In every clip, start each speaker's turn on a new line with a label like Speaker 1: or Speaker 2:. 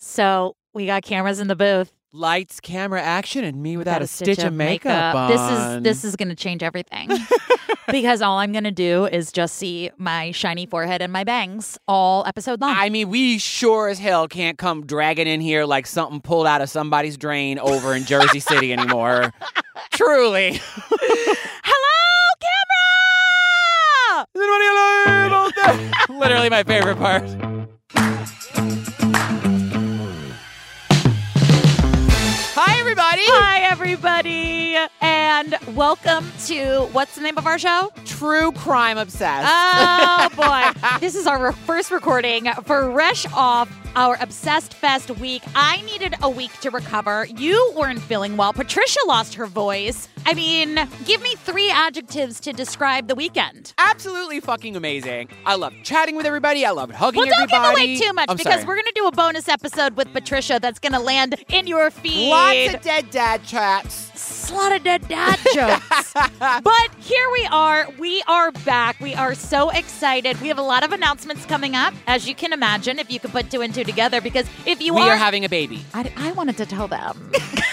Speaker 1: So we got cameras in the booth.
Speaker 2: Lights, camera, action, and me without, a, stitch, of makeup.
Speaker 1: This is
Speaker 2: on.
Speaker 1: this is going to change everything because all I'm going to do is just see my shiny forehead and my bangs all episode long.
Speaker 2: I mean, we sure as hell can't come dragging in here like something pulled out of somebody's drain over in Jersey City anymore. Truly. Is
Speaker 1: Hello, camera!
Speaker 2: anybody alive out there? Literally my favorite part. Hi, everybody.
Speaker 1: Hi, everybody, and welcome to what's the name of our show?
Speaker 2: True crime obsessed.
Speaker 1: Oh boy, this is our re- first recording for Rush Off. Our Obsessed Fest week. I needed a week to recover. You weren't feeling well. Patricia lost her voice. I mean, give me three adjectives to describe the weekend.
Speaker 2: Absolutely fucking amazing. I love chatting with everybody. I love hugging
Speaker 1: Well, don't give away
Speaker 2: everybody.
Speaker 1: too much
Speaker 2: I'm
Speaker 1: because
Speaker 2: sorry.
Speaker 1: we're going to do a bonus episode with Patricia that's going to land in your feed.
Speaker 2: Lots of dead dad chats.
Speaker 1: slotted dead dad jokes. but here we are. We are back. We are so excited. We have a lot of announcements coming up, as you can imagine, if you could put two and two together. Because if you
Speaker 2: we
Speaker 1: are,
Speaker 2: are having a baby.
Speaker 1: I, I wanted to tell them.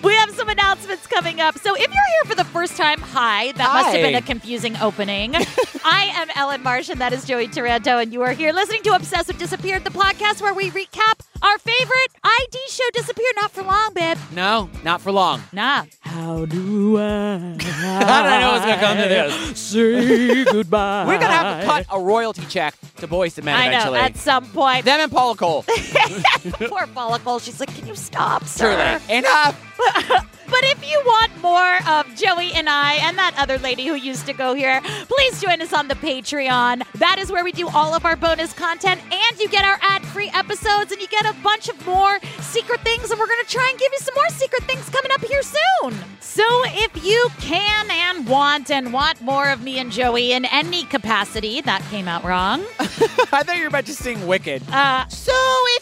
Speaker 1: We have some announcements coming up. So if you're here for the first time, hi. That must have
Speaker 2: Hi.
Speaker 1: been a confusing opening. I am Ellen Marsh, and that is Joey Taranto, and you are here listening to Obsessed with Disappeared, the podcast where we recap our favorite ID show, Disappear Not for Long, babe.
Speaker 2: No, not for long.
Speaker 1: Nah. How do I?
Speaker 2: How did I know it was gonna come to this?
Speaker 1: Say goodbye.
Speaker 2: We're gonna have to cut a royalty check to Boys to Men
Speaker 1: I know.
Speaker 2: eventually.
Speaker 1: At some point,
Speaker 2: Them and Paula Cole.
Speaker 1: poor follicle. She's like, "Can you stop, sir?"
Speaker 2: Truly. Enough.
Speaker 1: But if you want more of Joey and I and that other lady who used to go here, please join us on the Patreon. That is where we do all of our bonus content, and you get our ad-free episodes, and you get a bunch of more secret things. And we're gonna try and give you some more secret things coming up here soon. So if you can and want and want more of me and Joey in any capacity, that came out wrong.
Speaker 2: I thought you were about to sing Wicked.
Speaker 1: Uh,
Speaker 2: So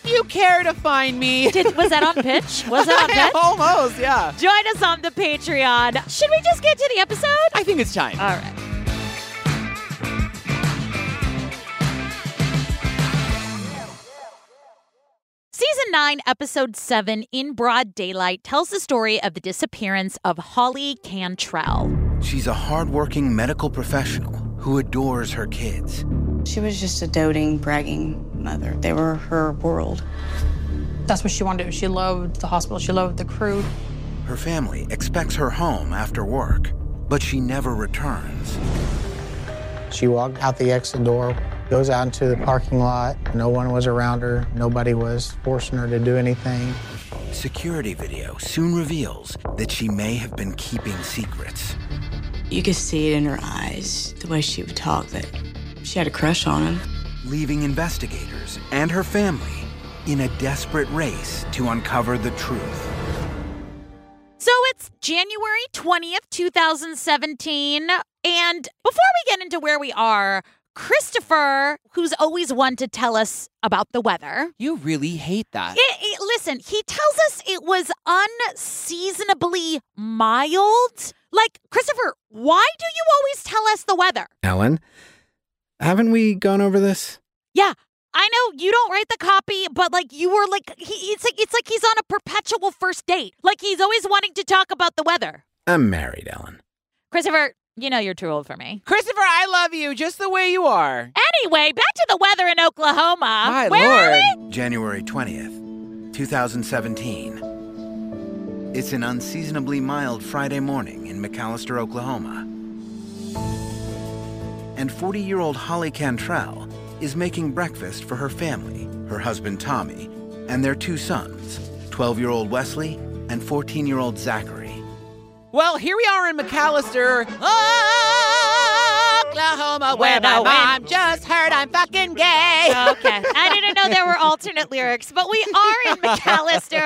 Speaker 2: if you care to find me.
Speaker 1: did, was that on pitch? Was that on pitch?
Speaker 2: Almost, yeah.
Speaker 1: Join us on the Patreon. Should we just get to the episode?
Speaker 2: I think it's time.
Speaker 1: All right. Season 9, Episode 7, In Broad Daylight, tells the story of the disappearance of Holly Cantrell.
Speaker 3: She's a hardworking medical professional who adores her kids.
Speaker 4: She was just a doting, bragging mother. They were her world.
Speaker 5: That's what she wanted to do. She loved the hospital. She loved the crew.
Speaker 3: Her family expects her home after work, but she never returns.
Speaker 6: She walked out the exit door, goes out into the parking lot. No one was around her. Nobody was forcing her to do anything.
Speaker 3: Security video soon reveals that she may have been keeping secrets.
Speaker 4: You could see it in her eyes, the way she would talk, that she had a crush on him.
Speaker 3: leaving investigators and her family in a desperate race to uncover the truth.
Speaker 1: So it's January 20th, 2017. And before we get into where we are, Christopher, who's always one to tell us about the weather,
Speaker 2: You really hate that.
Speaker 1: It, it- listen, he tells us it was unseasonably mild. Like, Christopher, why do you always tell us the weather?
Speaker 7: Ellen, haven't we gone over this?
Speaker 1: Yeah, I know you don't write the copy, but like you were like he, it's like it's like he's on a perpetual first date. Like he's always wanting to talk about the weather.
Speaker 7: I'm married, Ellen.
Speaker 1: Christopher, you know you're too old for me.
Speaker 2: Christopher, I love you just the way you are.
Speaker 1: Anyway, back to the weather in Oklahoma.
Speaker 2: My
Speaker 1: Where are we?
Speaker 2: lord.
Speaker 3: January 20th, 2017. It's an unseasonably mild Friday morning in McAllister, Oklahoma. And 40 year old Holly Cantrell is making breakfast for her family, her husband Tommy, and their two sons 12 year old Wesley and 14 year old Zachary.
Speaker 2: Well, here we are in McAllister, Oklahoma, where
Speaker 1: Where the
Speaker 2: my
Speaker 1: wind-
Speaker 2: mom just heard I'm fucking gay.
Speaker 1: Okay. I didn't know there were alternate lyrics, but we are in McAllister,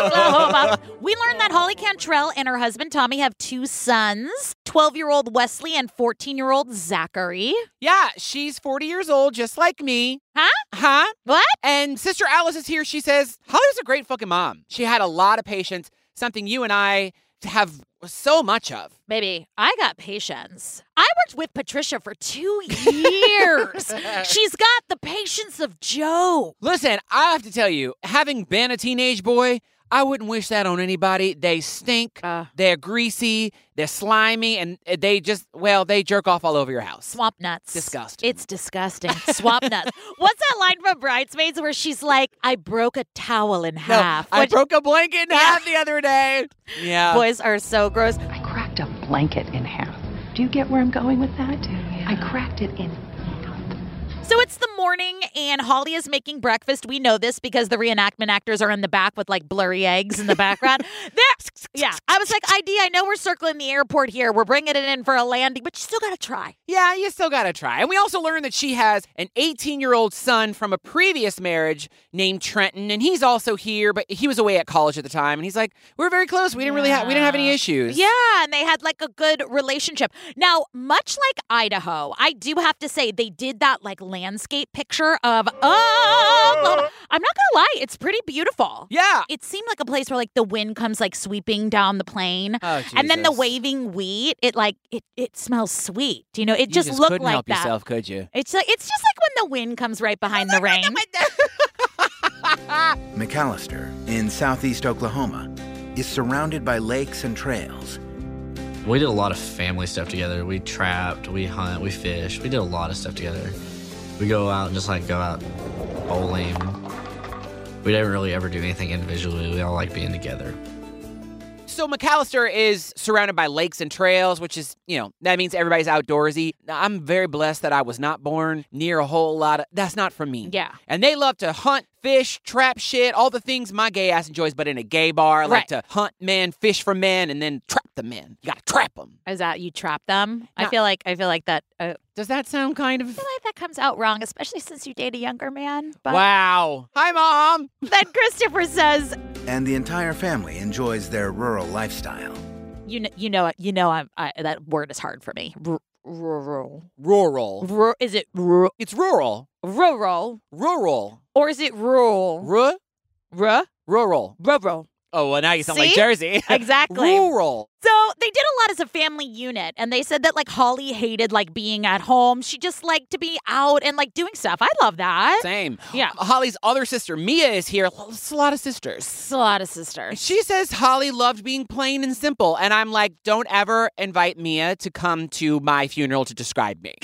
Speaker 1: Oklahoma. We learned that Holly Cantrell and her husband Tommy have two sons 12 year old Wesley and 14 year old Zachary.
Speaker 2: Yeah, she's 40 years old, just like me.
Speaker 1: Huh?
Speaker 2: Huh?
Speaker 1: What?
Speaker 2: And Sister Alice is here. She says, Holly was a great fucking mom. She had a lot of patience, something you and I have so much of.
Speaker 1: Baby, I got patience. I worked with Patricia for two years. She's got the patience of Joe.
Speaker 2: Listen, I have to tell you, having been a teenage boy, I wouldn't wish that on anybody. They stink,
Speaker 1: Uh.
Speaker 2: they're greasy, they're slimy, and they just, well, they jerk off all over your house.
Speaker 1: Swamp nuts.
Speaker 2: Disgusting.
Speaker 1: It's disgusting. Swamp nuts. What's that line from Bridesmaids where she's like, I broke a towel in
Speaker 2: No,
Speaker 1: half?
Speaker 2: I
Speaker 1: which
Speaker 2: broke a blanket in
Speaker 1: Yeah.
Speaker 2: half the other day. Yeah.
Speaker 1: boys are so gross.
Speaker 8: I cracked a blanket in half. Do you get where I'm going with that? I cracked it in
Speaker 1: So it's the morning, and Holly is making breakfast. We know this because the reenactment actors are in the back with like blurry eggs in the background. They're- yeah, I was like, ID, I know we're circling the airport here. We're bringing it in for a landing, but you still got to try.
Speaker 2: Yeah, you still gotta try. And we also learned that she has an 18 year old son from a previous marriage named Trenton, and he's also here, but he was away at college at the time. And he's like, "We were very close. We didn't really have we didn't have any issues."
Speaker 1: Yeah, and they had like a good relationship. Now, much like Idaho, I do have to say they did that like landscape picture of oh, I'm not gonna lie, it's pretty beautiful.
Speaker 2: yeah.
Speaker 1: It seemed like a place where like the wind comes like sweeping down the plain.
Speaker 2: Oh,
Speaker 1: And then the
Speaker 2: Jesus.
Speaker 1: waving wheat, it like it it smells sweet. You know, it
Speaker 2: You
Speaker 1: just, looked
Speaker 2: couldn't
Speaker 1: like
Speaker 2: help
Speaker 1: that.
Speaker 2: yourself, could you?
Speaker 1: It's like it's just like when the wind comes right behind the rain.
Speaker 3: McAllister, in southeast Oklahoma, is surrounded by lakes and trails.
Speaker 9: We did a lot of family stuff together. We trapped, we hunt, we fish. We did a lot of stuff together. We go out and just like go out bowling. We didn't really ever do anything individually. We all like being together.
Speaker 2: So McAllister is surrounded by lakes and trails, which is, you know, that means everybody's outdoorsy. Now, I'm very blessed that I was not born near a whole lot of that's not for me.
Speaker 1: Yeah.
Speaker 2: And they love to hunt, fish, trap shit, all the things my gay ass enjoys, but in a gay bar. I like to
Speaker 1: Right.
Speaker 2: hunt men, fish for men, and then trap the men. You gotta trap them.
Speaker 1: Is that you trap them? I
Speaker 2: No.
Speaker 1: feel like I feel like that uh,
Speaker 2: Does that sound kind of.
Speaker 1: I feel like that comes out wrong, especially since you date a younger man. But
Speaker 2: Wow. Hi, Mom.
Speaker 1: then Christopher says,
Speaker 3: and the entire family enjoys their rural lifestyle.
Speaker 1: "You know, you know, it- you know, I'm, I, that word is hard for me. R- rural.
Speaker 2: Rural.
Speaker 1: Ru- is it ru-
Speaker 2: It's rural.
Speaker 1: rural
Speaker 2: Rural.
Speaker 1: or is it rural?
Speaker 2: Ru-
Speaker 1: Ru-
Speaker 2: rural.
Speaker 1: rural.
Speaker 2: Oh, well, now you sound like
Speaker 1: See?
Speaker 2: Jersey.
Speaker 1: Exactly.
Speaker 2: Rural.
Speaker 1: So they did a lot as a family unit, and they said that like Holly hated like being at home. She just liked to be out and like doing stuff. I love that.
Speaker 2: Same.
Speaker 1: Yeah.
Speaker 2: Holly's other sister, Mia, is here. It's a lot of sisters.
Speaker 1: It's a lot of sisters.
Speaker 2: She says Holly loved being plain and simple. And I'm like, don't ever invite Mia to come to my funeral to describe me.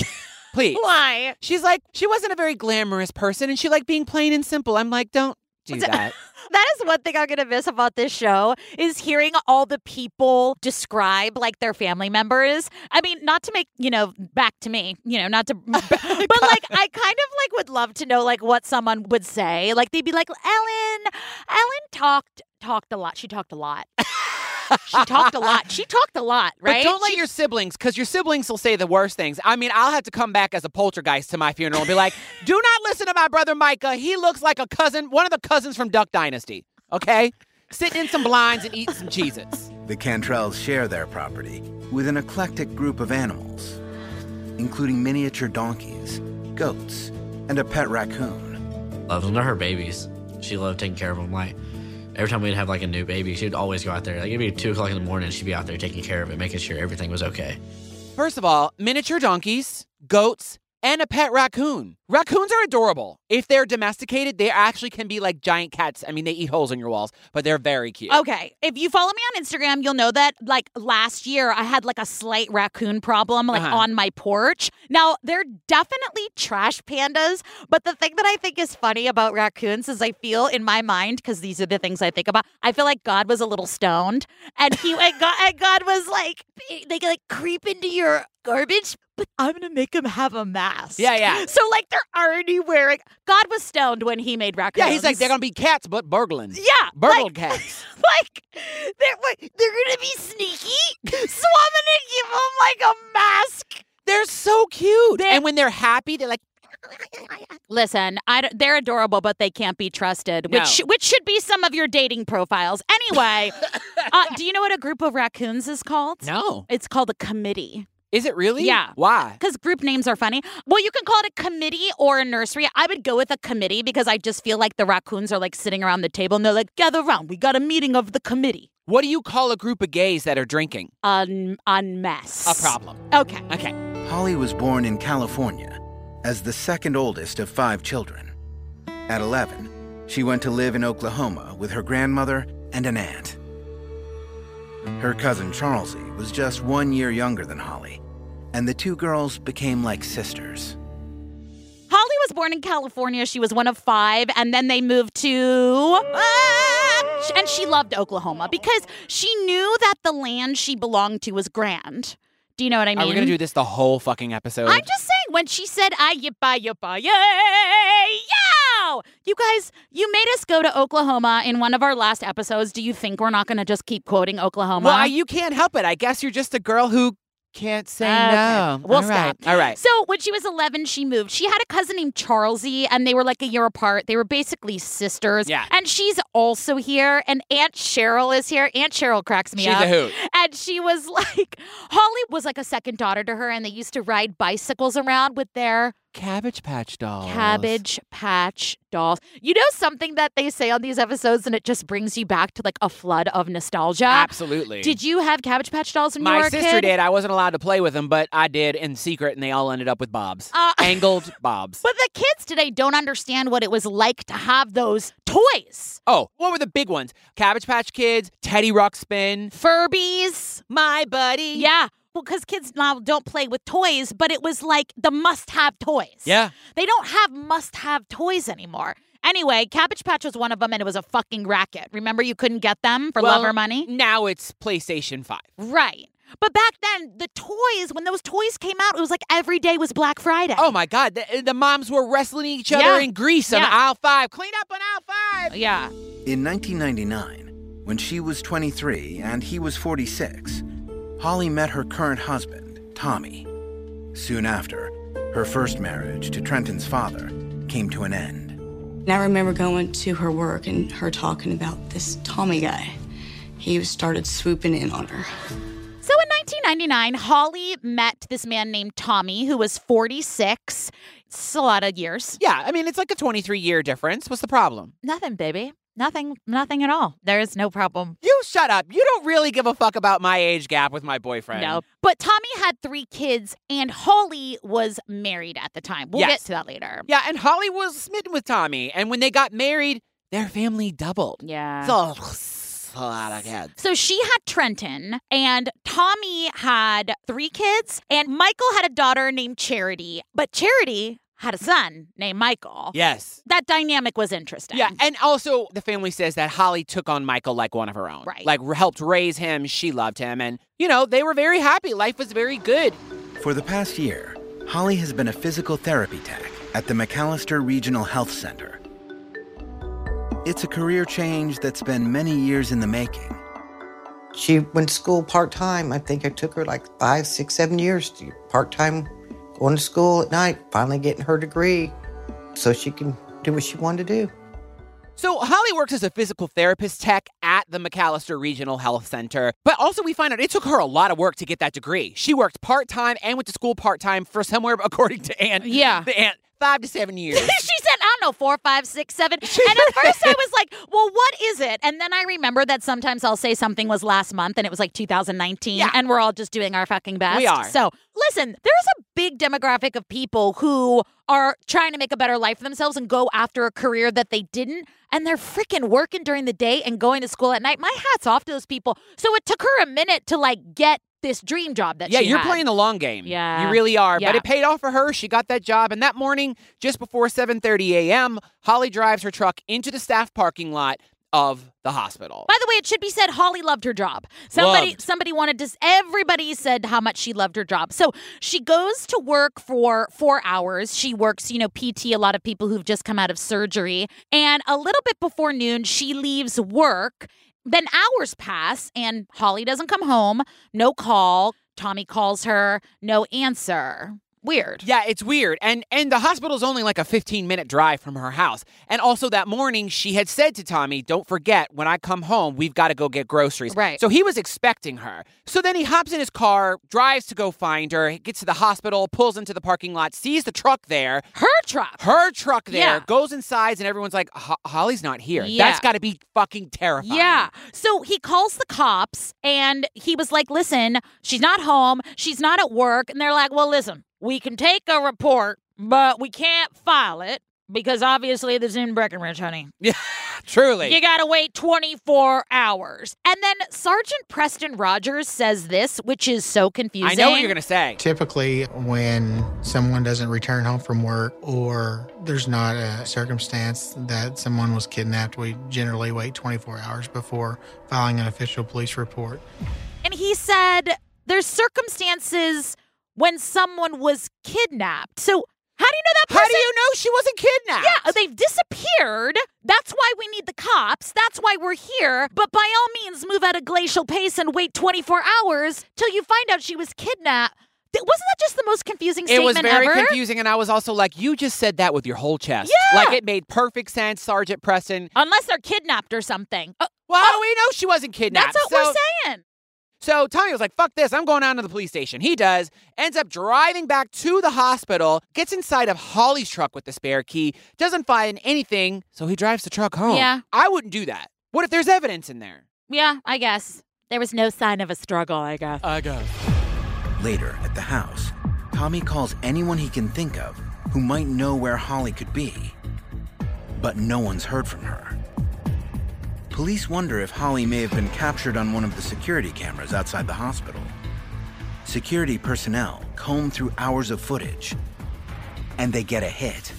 Speaker 2: Please.
Speaker 1: Why?
Speaker 2: She's like, she wasn't a very glamorous person and she liked being plain and simple. I'm like, don't do that.
Speaker 1: That is one thing I'm gonna miss about this show is hearing all the people describe like their family members. I mean, not to make you know back to me, you know, not to, but like I kind of like would love to know like what someone would say. Like they'd be like, Ellen, Ellen talked talked a lot. She talked a lot. she talked a lot. She talked a lot. Right?
Speaker 2: But don't let
Speaker 1: She-
Speaker 2: your siblings, because your siblings will say the worst things. I mean, I'll have to come back as a poltergeist to my funeral and be like, do not listen to my brother Micah. He looks like a cousin, one of the cousins from Duck Dynasty, okay? Sitting in some blinds and eating some Cheez-Its.
Speaker 3: The Cantrells share their property with an eclectic group of animals, including miniature donkeys, goats, and a pet raccoon.
Speaker 9: Loved them to her babies. She loved taking care of them. Like every time we'd have like a new baby, she'd always go out there. Like it'd be two o'clock in the morning, she'd be out there taking care of it, making sure everything was okay.
Speaker 2: First of all, miniature donkeys, goats, and a pet raccoon. Raccoons are adorable. If they're domesticated, they actually can be like giant cats. I mean, they eat holes in your walls, but they're very cute.
Speaker 1: Okay. If you follow me on Instagram, you'll know that like last year I had like a slight raccoon problem like
Speaker 2: Uh-huh.
Speaker 1: on my porch. Now, they're definitely trash pandas, but the thing that I think is funny about raccoons is I feel in my mind cuz these are the things I think about. I feel like God was a little stoned and he and God, and God was like they like creep into your garbage, but I'm going to make him have a mask.
Speaker 2: Yeah, yeah.
Speaker 1: So like they're already wearing God was stoned when he made raccoons.
Speaker 2: Yeah, he's like, they're gonna be cats, but burgling.
Speaker 1: Yeah,
Speaker 2: Burgled
Speaker 1: like-
Speaker 2: cats.
Speaker 1: like they're like, they're gonna be sneaky, so I'm gonna give them like a mask.
Speaker 2: They're so cute.
Speaker 1: They're-
Speaker 2: and when they're happy, they're like,
Speaker 1: Listen, I don't- they're adorable, but they can't be trusted, which
Speaker 2: No.
Speaker 1: sh- which should be some of your dating profiles. Anyway, uh, do you know what a group of raccoons is called?
Speaker 2: no.
Speaker 1: It's called a committee.
Speaker 2: Is it really?
Speaker 1: Yeah.
Speaker 2: Why?
Speaker 1: Because group names are funny. Well, you can call it a committee or a nursery. I would go with a committee because I just feel like the raccoons are like sitting around the table and they're like, gather around. We got a meeting of the committee.
Speaker 2: What do you call a group of gays that are drinking?
Speaker 1: Un- unmess.
Speaker 2: A problem.
Speaker 1: Okay.
Speaker 2: Okay.
Speaker 3: Holly was born in California as the second oldest of five children. At 11, she went to live in Oklahoma with her grandmother and an aunt. Her cousin Charlesy was just one year younger than Holly, and the two girls became like sisters.
Speaker 1: Holly was born in California. She was one of five, and then they moved to. Ah! and she loved Oklahoma because she knew that the land she belonged to was grand. Do you know what I mean?
Speaker 2: Are we gonna do this the whole fucking episode?
Speaker 1: I'm just saying, when she said, I yippa yippa yay, yow! You guys, you made us go to Oklahoma in one of our last episodes. Do you think we're not going to just keep quoting Oklahoma?
Speaker 2: Well, I- you can't help it. I guess you're just a girl who can't say
Speaker 1: Okay.
Speaker 2: no.
Speaker 1: We'll
Speaker 2: All right.
Speaker 1: stop.
Speaker 2: All right.
Speaker 1: So when she was 11, she moved. She had a cousin named Charlesy, and they were like a year apart. They were basically sisters.
Speaker 2: Yeah.
Speaker 1: And she's also here, and Aunt Cheryl is here. Aunt Cheryl cracks me
Speaker 2: She's
Speaker 1: up.
Speaker 2: a hoot.
Speaker 1: And she was like, Holly was like a second daughter to her, and they used to ride bicycles around with their
Speaker 2: Cabbage Patch Dolls.
Speaker 1: Cabbage Patch Dolls. You know something that they say on these episodes, and it just brings you back to like a flood of nostalgia.
Speaker 2: Absolutely.
Speaker 1: Did you have Cabbage Patch Dolls when you
Speaker 2: My
Speaker 1: were a
Speaker 2: sister
Speaker 1: kid?
Speaker 2: did. I wasn't allowed to play with them, but I did in secret, and they all ended up with bobs.
Speaker 1: Uh,
Speaker 2: Angled bobs.
Speaker 1: But the kids today don't understand what it was like to have those toys.
Speaker 2: Oh, what were the big ones? Cabbage Patch Kids, Teddy Ruxpin,
Speaker 1: Furbies.
Speaker 2: My Buddy.
Speaker 1: Yeah. Well, because kids now don't play with toys, but it was like the must have toys.
Speaker 2: Yeah.
Speaker 1: They don't have must have toys anymore. Anyway, Cabbage Patch was one of them and it was a fucking racket. Remember, you couldn't get them for love
Speaker 2: Well, mm.
Speaker 1: or money?
Speaker 2: Now it's PlayStation 5.
Speaker 1: Right. But back then, the toys, when those toys came out, it was like every day was Black Friday.
Speaker 2: Oh my God, the, the moms were wrestling each other
Speaker 1: Yeah.
Speaker 2: in Greece on
Speaker 1: Yeah. Oh,
Speaker 2: aisle five. Clean up on aisle five.
Speaker 1: yeah.
Speaker 3: In 1999, when she was 23 and he was 46, Holly met her current husband, Tommy. Soon after, her first marriage to Trenton's father came to an end.
Speaker 4: And I remember going to her work and her talking about this Tommy guy. He started swooping in on her.
Speaker 1: So in 1999, Holly met this man named Tommy, who was 46. It's a lot of years.
Speaker 2: Yeah, I mean, it's like a 23 year difference. What's the problem?
Speaker 1: Nothing, baby. Nothing, nothing at all. There is no problem.
Speaker 2: You shut up. You don't really give a fuck about my age gap with my boyfriend.
Speaker 1: No. But Tommy had three kids, and Holly was married at the time. We'll
Speaker 2: Yes.
Speaker 1: get to that later.
Speaker 2: Yeah, and Holly was smitten with Tommy, and when they got married, their family doubled.
Speaker 1: Yeah.
Speaker 2: So, it's a lot of kids.
Speaker 1: So she had Trenton, and Tommy had three kids, and Michael had a daughter named Charity, but Charity had a son named Michael.
Speaker 2: Yes.
Speaker 1: That dynamic was interesting.
Speaker 2: Yeah, and also the family says that Holly took on Michael like one of her own.
Speaker 1: Right.
Speaker 2: Like helped raise him, she loved him, and you know, they were very happy. Life was very good.
Speaker 3: For the past year, Holly has been a physical therapy tech at the McAllister Regional Health Center. It's a career change that's been many years in the making.
Speaker 10: She went to school part time. I think it took her like five, six, seven years to part time going to school at night, finally getting her degree so she can do what she wanted to do.
Speaker 2: So Holly works as a physical therapist tech at the McAllister Regional Health Center. But also we find out it took her a lot of work to get that degree. She worked part-time and went to school part-time for somewhere according to Anne.
Speaker 1: Yeah.
Speaker 2: The Anne, five to seven years.
Speaker 1: she said, I don't know, four, five, six, seven. And at first I was like, well, what is it? And then I remember that sometimes I'll say something was last month and it was like 2019.
Speaker 2: Yeah.
Speaker 1: And we're all just doing our fucking best.
Speaker 2: We are.
Speaker 1: So listen, there's a big demographic of people who are trying to make a better life for themselves and go after a career that they didn't. And they're freaking working during the day and going to school at night. My hat's off to those people. So it took her a minute to like get this dream job that
Speaker 2: Yeah,
Speaker 1: she
Speaker 2: you're
Speaker 1: had.
Speaker 2: playing the long game.
Speaker 1: Yeah.
Speaker 2: You really are. But
Speaker 1: Yeah.
Speaker 2: it paid off for her. She got that job. And that morning, just before 7:30 a.m., Holly drives her truck into the staff parking lot of the hospital.
Speaker 1: By the way, it should be said Holly loved her job. Somebody
Speaker 2: Loved.
Speaker 1: somebody wanted to s- everybody said how much she loved her job. So she goes to work for 4 hours. She works, you know, PT a lot of people who've just come out of surgery. And a little bit before noon, she leaves work. Then hours pass and Holly doesn't come home, no call. Tommy calls her, no answer. weird.
Speaker 2: Yeah, it's weird. And and the hospital's only like a 15 minute drive from her house. And also that morning she had said to Tommy, "Don't forget when I come home, we've got to go get groceries."
Speaker 1: Right.
Speaker 2: So he was expecting her. So then he hops in his car, drives to go find her, he gets to the hospital, pulls into the parking lot, sees the truck there.
Speaker 1: Her truck.
Speaker 2: Her truck there
Speaker 1: Yeah.
Speaker 2: goes inside and everyone's like, "Ho- "Holly's not here."
Speaker 1: Yeah.
Speaker 2: That's got to be fucking terrifying.
Speaker 1: Yeah. So he calls the cops and he was like, listen, she's not home. She's not at work. And they're like, well, listen, we can take a report, but we can't file it because obviously this is in Breckenridge, honey.
Speaker 2: Truly.
Speaker 1: You gotta wait 24 hours. And then Sergeant Preston Rogers says this, which is so confusing.
Speaker 2: I know what you're going to say.
Speaker 6: Typically, when someone doesn't return home from work or there's not a circumstance that someone was kidnapped, we generally wait 24 hours before filing an official police report.
Speaker 1: And he said there's circumstances when someone was kidnapped. So how do you know that person?
Speaker 2: How do you know she wasn't kidnapped?
Speaker 1: Yeah, they've disappeared. That's why we need the cops. That's why we're here. But by all means, move at a glacial pace and wait 24 hours till you find out she was kidnapped. Th- Wasn't that just the most confusing
Speaker 2: It was
Speaker 1: statement
Speaker 2: very
Speaker 1: ever?
Speaker 2: confusing, and I was also like, "You just said that with your whole chest.
Speaker 1: Yeah.
Speaker 2: Like it made perfect sense, Sergeant Preston.
Speaker 1: Unless they're kidnapped or something. Uh,
Speaker 2: Well, how do we know she wasn't Oh, kidnapped?
Speaker 1: that's what
Speaker 2: so,
Speaker 1: we're saying.
Speaker 2: So Tommy was like, "Fuck this! I'm going down to the police station." He does. Ends up driving back to the hospital. Gets inside of Holly's truck with the spare key. Doesn't find anything, so he drives the truck home.
Speaker 1: Yeah.
Speaker 2: I wouldn't do that. What if there's evidence in there?
Speaker 1: Yeah, I guess. There was no sign of a struggle, I guess.
Speaker 2: I guess.
Speaker 3: Later, at the house, Tommy calls anyone he can think of who might know where Holly could be, but no one's heard from her. Police wonder if Holly may have been captured on one of the security cameras outside the hospital. Security personnel comb through hours of footage, and they get a hit.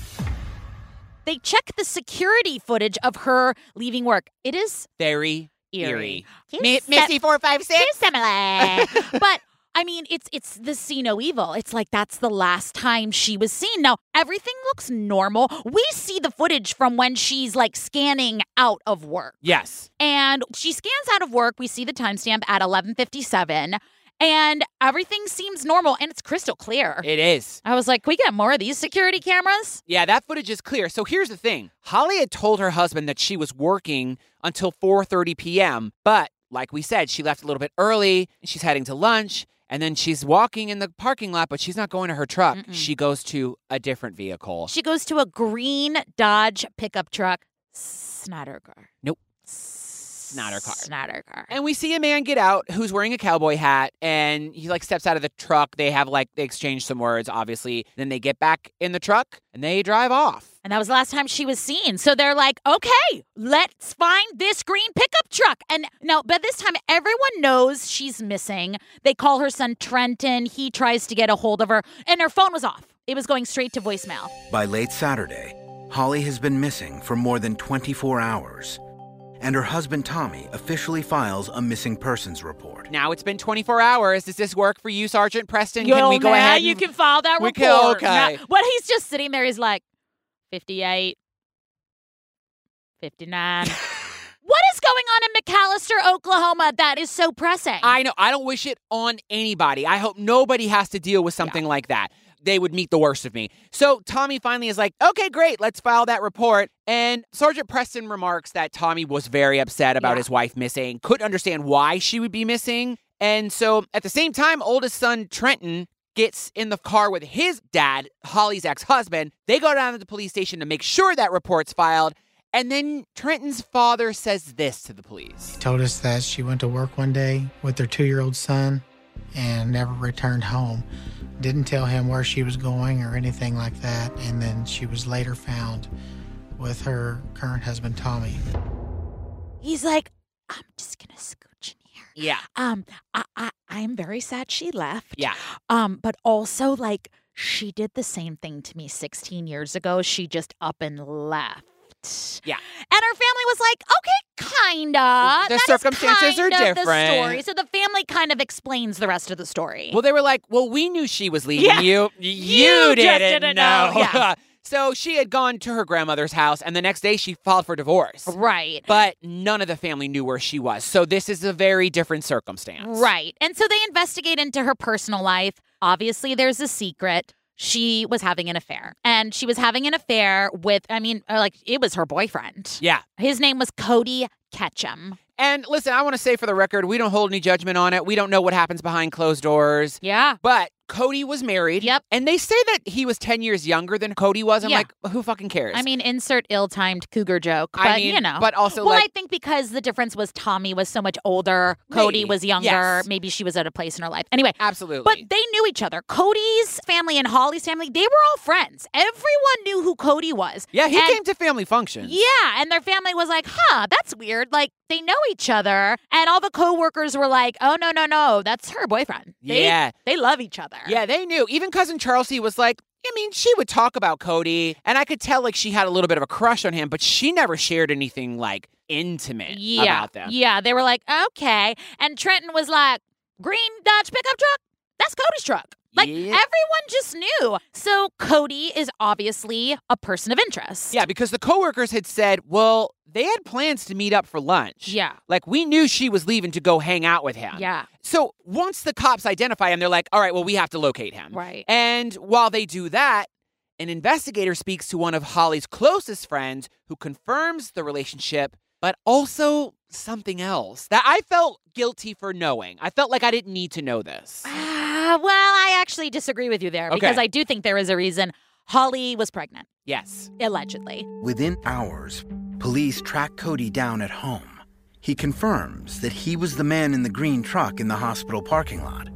Speaker 1: They check the security footage of her leaving work. It is
Speaker 2: Very
Speaker 1: eerie.
Speaker 2: eerie.
Speaker 1: Here's some-
Speaker 2: four five
Speaker 1: Too similar. but I mean, it's it's the see no evil. It's like that's the last time she was seen. Now everything looks normal. We see the footage from when she's like scanning out of work,
Speaker 2: Yes.
Speaker 1: and she scans out of work. We see the timestamp at eleven fifty seven, and everything seems normal, and it's crystal clear.
Speaker 2: It is.
Speaker 1: I was like, "Can we get more of these security cameras.
Speaker 2: Yeah, that footage is clear. So here's the thing. Holly had told her husband that she was working until 4:30 p.m., but like we said, she left a little bit early, and she's heading to lunch, and then she's walking in the parking lot, but she's not going to her truck.
Speaker 1: Mm-mm.
Speaker 2: She goes to a different vehicle.
Speaker 1: She goes to a green Dodge pickup truck, Snyder car.
Speaker 2: Nope.
Speaker 1: Snyder
Speaker 2: car.
Speaker 1: Snyder car.
Speaker 2: and we see a man get out who's wearing a cowboy hat and he like steps out of the truck. They have like they exchange some words obviously. Then they get back in the truck and they drive off.
Speaker 1: And that was the last time she was seen. So they're like, okay, let's find this green pickup truck. And now, by this time, everyone knows she's missing. They call her son Trenton. He tries to get a hold of her, and her phone was off. It was going straight to voicemail.
Speaker 3: By late Saturday, Holly has been missing for more than 24 hours, and her husband Tommy officially files a missing persons report.
Speaker 2: Now it's been 24 hours. Does this work for you, Sergeant Preston?
Speaker 1: Yo,
Speaker 2: can we go
Speaker 1: man,
Speaker 2: ahead?
Speaker 1: You
Speaker 2: and-
Speaker 1: can file that
Speaker 2: We
Speaker 1: report.
Speaker 2: can- okay.
Speaker 1: Now- but he's just sitting there. He's like, 58, 59. what is going on in McAllister, Oklahoma that is so pressing?
Speaker 2: I know. I don't wish it on anybody. I hope nobody has to deal with something like that. They would meet the worst of me. So Tommy finally is like, okay, great, let's file that report. And Sergeant Preston remarks that Tommy was very upset about
Speaker 1: Yeah.
Speaker 2: his wife missing, couldn't understand why she would be missing. And so at the same time, oldest son Trenton gets in the car with his dad, Holly's ex husband. They go down to the police station to make sure that report's filed. And then Trenton's father says this to the police.
Speaker 6: Told us that she went to work one day with her two year old son and never returned home. Didn't tell him where she was going or anything like that. And then she was later found with her current husband, Tommy.
Speaker 1: He's like, I'm just gonna scooch in here.
Speaker 2: Yeah.
Speaker 1: Um, I, I I'm very sad she left.
Speaker 2: Yeah.
Speaker 1: Um, but also like she did the same thing to me 16 years ago. She just up and left.
Speaker 2: Yeah.
Speaker 1: And her family was like, okay, kinda.
Speaker 2: The
Speaker 1: That is
Speaker 2: circumstances are
Speaker 1: kind of the
Speaker 2: different."
Speaker 1: story. So the family kind of explains the rest of the story.
Speaker 2: Well, they were like, "Well, we knew she was leaving
Speaker 1: Yeah.
Speaker 2: you.
Speaker 1: You
Speaker 2: You
Speaker 1: just
Speaker 2: didn't,
Speaker 1: didn't
Speaker 2: know."
Speaker 1: know. Yeah.
Speaker 2: so she had gone to her grandmother's house, and the next day she filed for divorce.
Speaker 1: right.
Speaker 2: But none of the family knew where she was. So this is a very different circumstance.
Speaker 1: Right. And so they investigate into her personal life. Obviously, there's a secret. she was having an affair. And she was having an affair with, I mean, uh, like, it was her boyfriend.
Speaker 2: Yeah.
Speaker 1: His name was Cody Ketchum.
Speaker 2: And listen, I want to say for the record, we don't hold any judgment on it. We don't know what happens behind closed doors.
Speaker 1: Yeah.
Speaker 2: But Cody was married.
Speaker 1: Yep.
Speaker 2: And they say that he was 10 years younger than Cody was. I'm
Speaker 1: Yeah.
Speaker 2: like, who fucking cares?
Speaker 1: I mean, insert ill timed cougar joke, but
Speaker 2: I mean,
Speaker 1: you know.
Speaker 2: But also,
Speaker 1: well, I
Speaker 2: like,
Speaker 1: think because the difference was Tommy was so much older, Cody
Speaker 2: Maybe.
Speaker 1: was younger,
Speaker 2: Yes.
Speaker 1: maybe she was at a place in her life. Anyway,
Speaker 2: absolutely.
Speaker 1: But they knew each other. Cody's family and Holly's family, they were all friends. Everyone knew who Cody was.
Speaker 2: yeah, he
Speaker 1: and-
Speaker 2: came to family functions.
Speaker 1: Yeah, and their family was like, "Huh, that's weird. Like they know each other." And all the coworkers were like, "Oh no, no, no, that's her boyfriend. They,
Speaker 2: Yeah.
Speaker 1: they love each other."
Speaker 2: Yeah, they knew. Even cousin Chelsea was like, I mean, she would talk about Cody, and I could tell like she had a little bit of a crush on him, but she never shared anything like intimate
Speaker 1: yeah,
Speaker 2: about them.
Speaker 1: yeah. They were like, "Okay," and Trenton was like, "Green Dodge pickup truck. That's Cody's truck." Like
Speaker 2: Yeah.
Speaker 1: everyone just knew. So Cody is obviously a person of interest.
Speaker 2: Yeah, because the coworkers had said, well, they had plans to meet up for lunch.
Speaker 1: Yeah.
Speaker 2: Like we knew she was leaving to go hang out with him.
Speaker 1: Yeah.
Speaker 2: So once the cops identify him, they're like, all right, well, we have to locate him.
Speaker 1: Right.
Speaker 2: And while they do that, an investigator speaks to one of Holly's closest friends who confirms the relationship, but also something else that I felt guilty for knowing. I felt like I didn't need to know this.
Speaker 1: Ah, well, I actually disagree with you there because
Speaker 2: Okay.
Speaker 1: I do think there is a reason Holly was pregnant,
Speaker 2: Yes.
Speaker 1: allegedly.
Speaker 3: Within hours, police track Cody down at home. He confirms that he was the man in the green truck in the hospital parking lot.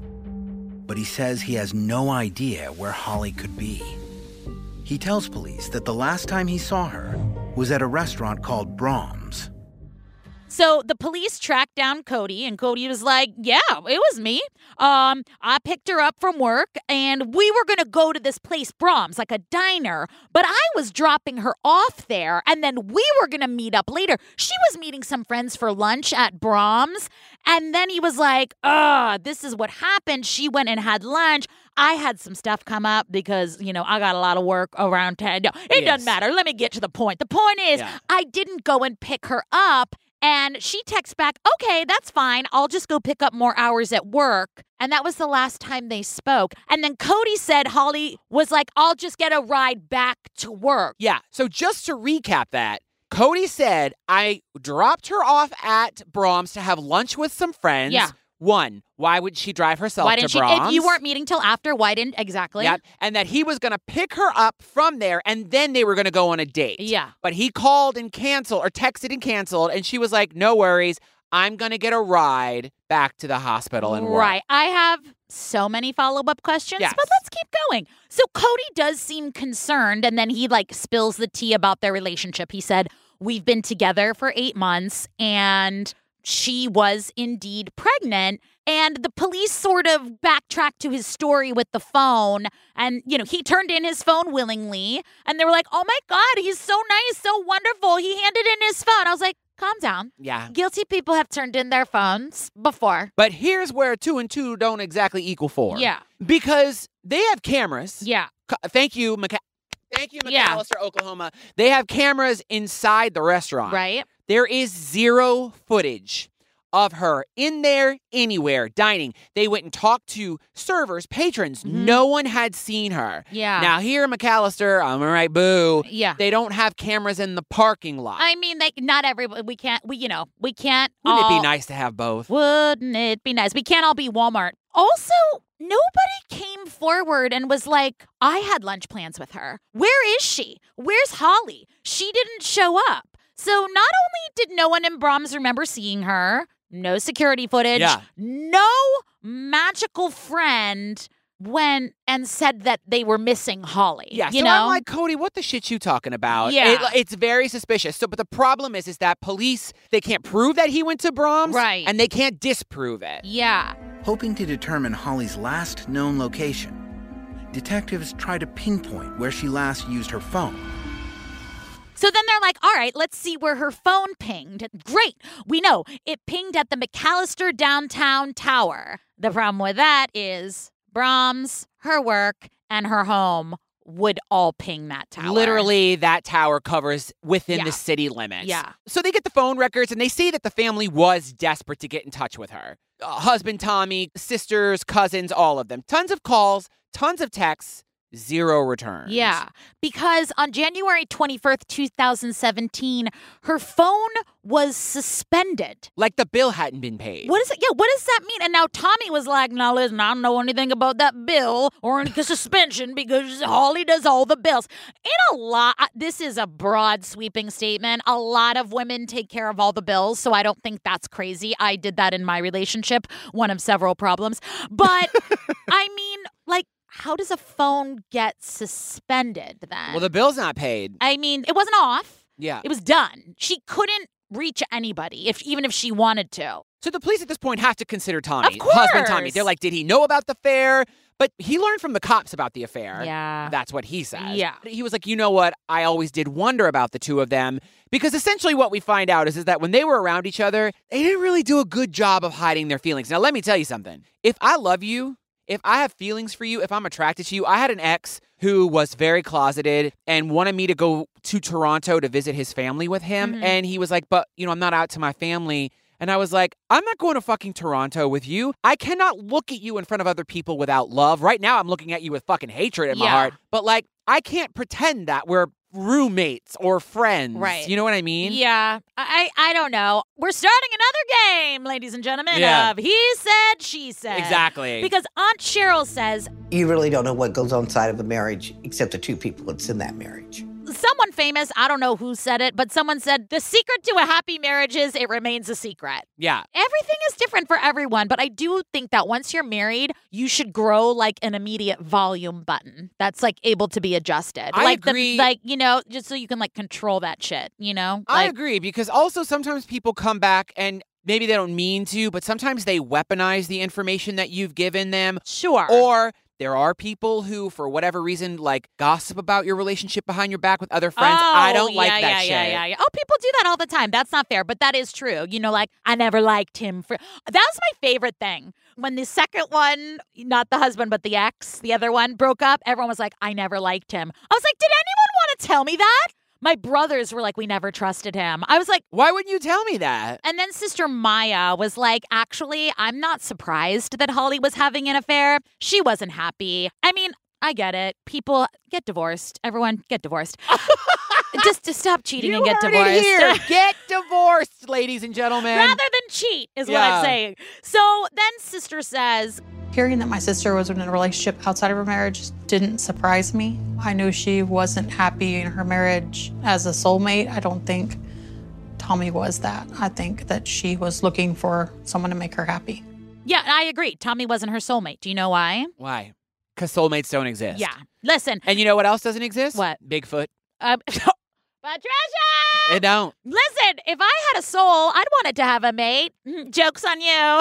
Speaker 3: But he says he has no idea where Holly could be. He tells police that the last time he saw her was at a restaurant called Brahms.
Speaker 1: So the police tracked down Cody, and Cody was like, "Yeah, it was me. Um, I picked her up from work, and we were gonna go to this place, Brahms, like a diner. But I was dropping her off there, and then we were gonna meet up later. She was meeting some friends for lunch at Brahms, and then he was like, "Ah, this is what happened. She went and had lunch. I had some stuff come up because you know I got a lot of work around town. No, it
Speaker 2: Yes.
Speaker 1: doesn't matter. Let me get to the point. The point is,
Speaker 2: Yeah.
Speaker 1: I didn't go and pick her up." And she texts back, okay, that's fine. I'll just go pick up more hours at work. And that was the last time they spoke. And then Cody said Holly was like, I'll just get a ride back to work.
Speaker 2: Yeah. So just to recap that, Cody said, I dropped her off at Brahms to have lunch with some friends.
Speaker 1: Yeah.
Speaker 2: One, why would she drive herself
Speaker 1: why
Speaker 2: to
Speaker 1: didn't she?
Speaker 2: Brahms?
Speaker 1: If you weren't meeting till after, why didn't? Exactly.
Speaker 2: Yep. And that he was going to pick her up from there and then they were going to go on a date.
Speaker 1: Yeah.
Speaker 2: But he called and canceled or texted and canceled. And she was like, no worries. I'm going to get a ride back to the hospital and work.
Speaker 1: Right. I have so many follow up questions,
Speaker 2: Yes.
Speaker 1: but let's keep going. So Cody does seem concerned, and then he like spills the tea about their relationship. He said, We've been together for eight months, and she was indeed pregnant. And the police sort of backtracked to his story with the phone. And, you know, he turned in his phone willingly. And they were like, oh my God, he's so nice, so wonderful. He handed in his phone. I was like, calm down.
Speaker 2: Yeah.
Speaker 1: Guilty people have turned in their phones before.
Speaker 2: But here's where two and two don't exactly equal four.
Speaker 1: Yeah.
Speaker 2: Because they have cameras.
Speaker 1: Yeah.
Speaker 2: Co- Thank you, McCa- Thank you,
Speaker 1: Yeah.
Speaker 2: McAllister, Oklahoma. They have cameras inside the restaurant.
Speaker 1: Right?
Speaker 2: There is zero footage of her in there anywhere dining. They went and talked to servers, patrons. No one had seen her.
Speaker 1: Mm-hmm. Yeah.
Speaker 2: Now here, McAllister, I'm all right, boo.
Speaker 1: Yeah.
Speaker 2: They don't have cameras in the parking lot.
Speaker 1: I mean, like, not everybody, we can't, we, you know, we can't.
Speaker 2: Wouldn't it
Speaker 1: all-
Speaker 2: be nice to have both?
Speaker 1: Wouldn't it be nice? We can't all be Walmart. Also, nobody came forward and was like, I had lunch plans with her. Where is she? Where's Holly? She didn't show up. So not only did no one in Brahms remember seeing her, no security footage,
Speaker 2: Yeah.
Speaker 1: no magical friend went and said that they were missing Holly.
Speaker 2: Yeah,
Speaker 1: you
Speaker 2: so
Speaker 1: know?
Speaker 2: I'm like Cody. What the shit you talking about?
Speaker 1: Yeah.
Speaker 2: It- it's very suspicious. So, but the problem is, is that police they can't prove that he went to Brahms,
Speaker 1: Right.
Speaker 2: And they can't disprove it.
Speaker 1: yeah.
Speaker 3: Hoping to determine Holly's last known location, detectives try to pinpoint where she last used her phone.
Speaker 1: So then they're like, all right, let's see where her phone pinged. Great. We know it pinged at the McAllister downtown tower. The problem with that is Brahms, her work, and her home would all ping that tower.
Speaker 2: Literally, that tower covers within
Speaker 1: Yeah.
Speaker 2: the city limits.
Speaker 1: Yeah.
Speaker 2: So they get the phone records and they see that the family was desperate to get in touch with her. Uh, husband Tommy, sisters, cousins, all of them. Tons of calls, tons of texts, zero returns.
Speaker 1: Yeah, because on January 21st, 2017, her phone was suspended.
Speaker 2: Like the bill hadn't been paid.
Speaker 1: What is it? Yeah, what does that mean? And now Tommy was like, "Now listen, I don't know anything about that bill or any suspension because Holly does all the bills." In a lot, this is a broad, sweeping statement. A lot of women take care of all the bills, so I don't think that's crazy. I did that in my relationship, one of several problems. But I mean, like, how does a phone get suspended then?
Speaker 2: Well, the bill's not paid.
Speaker 1: I mean, it wasn't off.
Speaker 2: Yeah.
Speaker 1: It was done. She couldn't reach anybody if even if she wanted to.
Speaker 2: So the police at this point have to consider Tommy,
Speaker 1: Of
Speaker 2: husband Tommy.
Speaker 1: course.
Speaker 2: They're like, did he know about the affair? But he learned from the cops about the affair.
Speaker 1: Yeah.
Speaker 2: That's what he says.
Speaker 1: Yeah.
Speaker 2: He was like, you know what? I always did wonder about the two of them because essentially what we find out is, is that when they were around each other, they didn't really do a good job of hiding their feelings. Now, let me tell you something. If I love you, if I have feelings for you, if I'm attracted to you, I had an ex who was very closeted and wanted me to go to Toronto to visit his family with him.
Speaker 1: Mhm.
Speaker 2: And he was like, but, you know, I'm not out to my family. And I was like, I'm not going to fucking Toronto with you. I cannot look at you in front of other people without love. Right now, I'm looking at you with fucking hatred in my
Speaker 1: Yeah.
Speaker 2: heart. But like, I can't pretend that we're roommates or friends.
Speaker 1: Right.
Speaker 2: You know what I mean?
Speaker 1: Yeah, I I I don't know. We're starting another game, ladies and gentlemen.
Speaker 2: Yeah.
Speaker 1: Of he said, she said.
Speaker 2: Exactly.
Speaker 1: Because Aunt Cheryl says
Speaker 10: You really don't know what goes on inside of a marriage except the two people that's in that marriage.
Speaker 1: someone famous, I don't know who said it, but someone said the secret to a happy marriage is it remains a secret.
Speaker 2: Yeah.
Speaker 1: Everything is different for everyone, but I do think that once you're married, you should grow like an immediate volume button that's like able to be adjusted.
Speaker 2: I
Speaker 1: like
Speaker 2: agree.
Speaker 1: The, like, you know, just so you can like control that shit, you know?
Speaker 2: I
Speaker 1: Like,
Speaker 2: agree because also sometimes people come back and maybe they don't mean to, but sometimes they weaponize the information that you've given them.
Speaker 1: Sure.
Speaker 2: Or there are people who, for whatever reason, like gossip about your relationship behind your back with other friends. I
Speaker 1: Oh,
Speaker 2: don't like
Speaker 1: yeah,
Speaker 2: that
Speaker 1: yeah,
Speaker 2: shit.
Speaker 1: Yeah, yeah, yeah. Oh, people do that all the time. That's not fair, but that is true. You know, like I never liked him for that's my favorite thing. When the second one, not the husband, but the ex, the other one broke up, everyone was like, I never liked him. I was like, Did anyone want to tell me that? My brothers were like, We never trusted him. I was like,
Speaker 2: Why wouldn't you tell me that?
Speaker 1: and then Sister Maya was like, actually, I'm not surprised that Holly was having an affair. She wasn't happy. I mean, I get it. People get divorced. Everyone get divorced. just to stop cheating and
Speaker 2: You
Speaker 1: get
Speaker 2: heard
Speaker 1: divorced.
Speaker 2: It here. Get divorced, ladies and gentlemen.
Speaker 1: Rather than cheat, is what
Speaker 2: Yeah.
Speaker 1: I'm saying. So then Sister says,
Speaker 5: Hearing that my sister was in a relationship outside of her marriage didn't surprise me. I knew she wasn't happy in her marriage as a soulmate. I don't think Tommy was that. I think that she was looking for someone to make her happy.
Speaker 1: Yeah, I agree. Tommy wasn't her soulmate. Do you know why?
Speaker 2: Why? Because soulmates don't exist.
Speaker 1: Yeah. Listen,
Speaker 2: And you know what else doesn't exist?
Speaker 1: What?
Speaker 2: Bigfoot.
Speaker 1: um, Patricia!
Speaker 2: It don't.
Speaker 1: Listen, if I had a soul, I'd want it to have a mate. Mm, Joke's on you.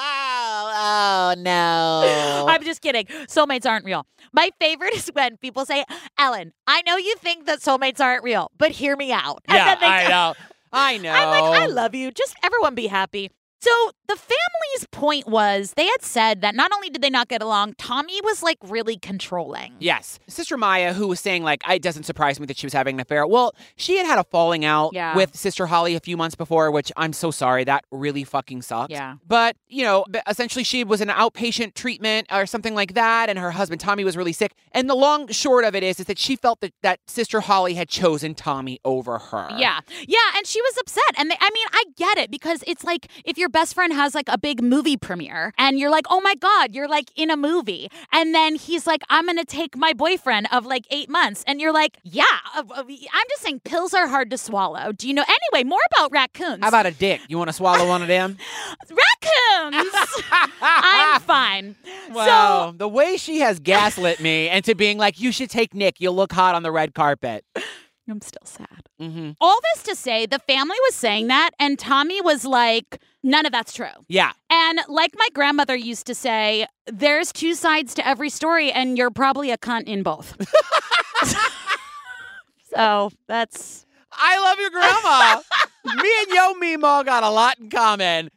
Speaker 2: Oh, oh no.
Speaker 1: I'm just kidding. Soulmates aren't real. My favorite is when people say, Ellen, I know you think that soulmates aren't real, but hear me out. And
Speaker 2: yeah,
Speaker 1: then they
Speaker 2: I
Speaker 1: do.
Speaker 2: know. I know.
Speaker 1: I'm like, I love you. Just everyone be happy. So the family's point was they had said that not only did they not get along, Tommy was like really controlling.
Speaker 2: Yes. Sister Maya, who was saying, like, it doesn't surprise me that she was having an affair. Well, she had had a falling out
Speaker 1: Yeah.
Speaker 2: with Sister Holly a few months before, which I'm so sorry. That really fucking sucks.
Speaker 1: Yeah.
Speaker 2: But, you know, b- essentially she was in outpatient treatment or something like that, and her husband Tommy was really sick. And the long short of it is, is that she felt that, that Sister Holly had chosen Tommy over her.
Speaker 1: Yeah. Yeah. And she was upset. And they, I mean, I get it because it's like if your best friend has like a big movie premiere and you're like, oh my God, you're like in a movie. And then he's like, I'm going to take my boyfriend of like eight months. And you're like, yeah. uh, uh, I'm just saying pills are hard to swallow. Do you know? Anyway, more about raccoons.
Speaker 2: How about a dick? You want to swallow one of them?
Speaker 1: raccoons? I'm fine.
Speaker 2: Wow. the way she has gaslit me into being like, you should take Nick. You'll look hot on the red carpet.
Speaker 1: So I'm still sad.
Speaker 2: Mm-hmm.
Speaker 1: All this to say, the family was saying that, and Tommy was like, none of that's true.
Speaker 2: Yeah.
Speaker 1: And like my grandmother used to say, there's two sides to every story, and you're probably a cunt in both. so that's.
Speaker 2: I love your grandma. Me and Yo Mimo got a lot in common.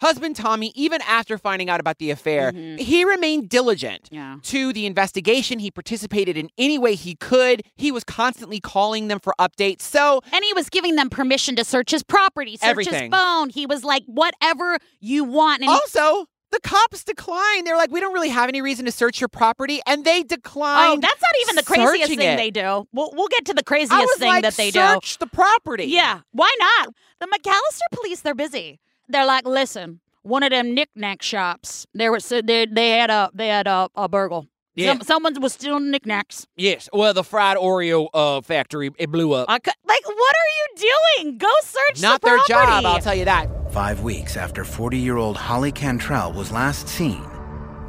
Speaker 2: Husband Tommy, even after finding out about the affair,
Speaker 1: Mhm.
Speaker 2: he remained diligent
Speaker 1: Yeah.
Speaker 2: to the investigation. He participated in any way he could. He was constantly calling them for updates. So,
Speaker 1: And he was giving them permission to search his property, search
Speaker 2: Everything.
Speaker 1: his phone. He was like, whatever you want. And he-
Speaker 2: also, The cops declined. They're like, we don't really have any reason to search your property, and they declined.
Speaker 1: Oh, that's not even the craziest
Speaker 2: searching
Speaker 1: thing
Speaker 2: it.
Speaker 1: they do. We'll, we'll get to the
Speaker 2: I
Speaker 1: craziest
Speaker 2: was
Speaker 1: thing
Speaker 2: like,
Speaker 1: that they do.
Speaker 2: search the property.
Speaker 1: Yeah, why not? The McAllister police, they're busy. They're like, listen, one of them knickknack shops. There was so they they had a they had a, a burgle.
Speaker 2: Yeah.
Speaker 1: Some, someone was stealing knickknacks.
Speaker 2: Yes. Well, the fried Oreo uh, factory it blew up.
Speaker 1: I cou- like, what are you doing? Go search.
Speaker 2: Not
Speaker 1: the
Speaker 2: their job.
Speaker 1: property.
Speaker 2: I'll tell you that.
Speaker 3: Five weeks after 40 year old Holly Cantrell was last seen,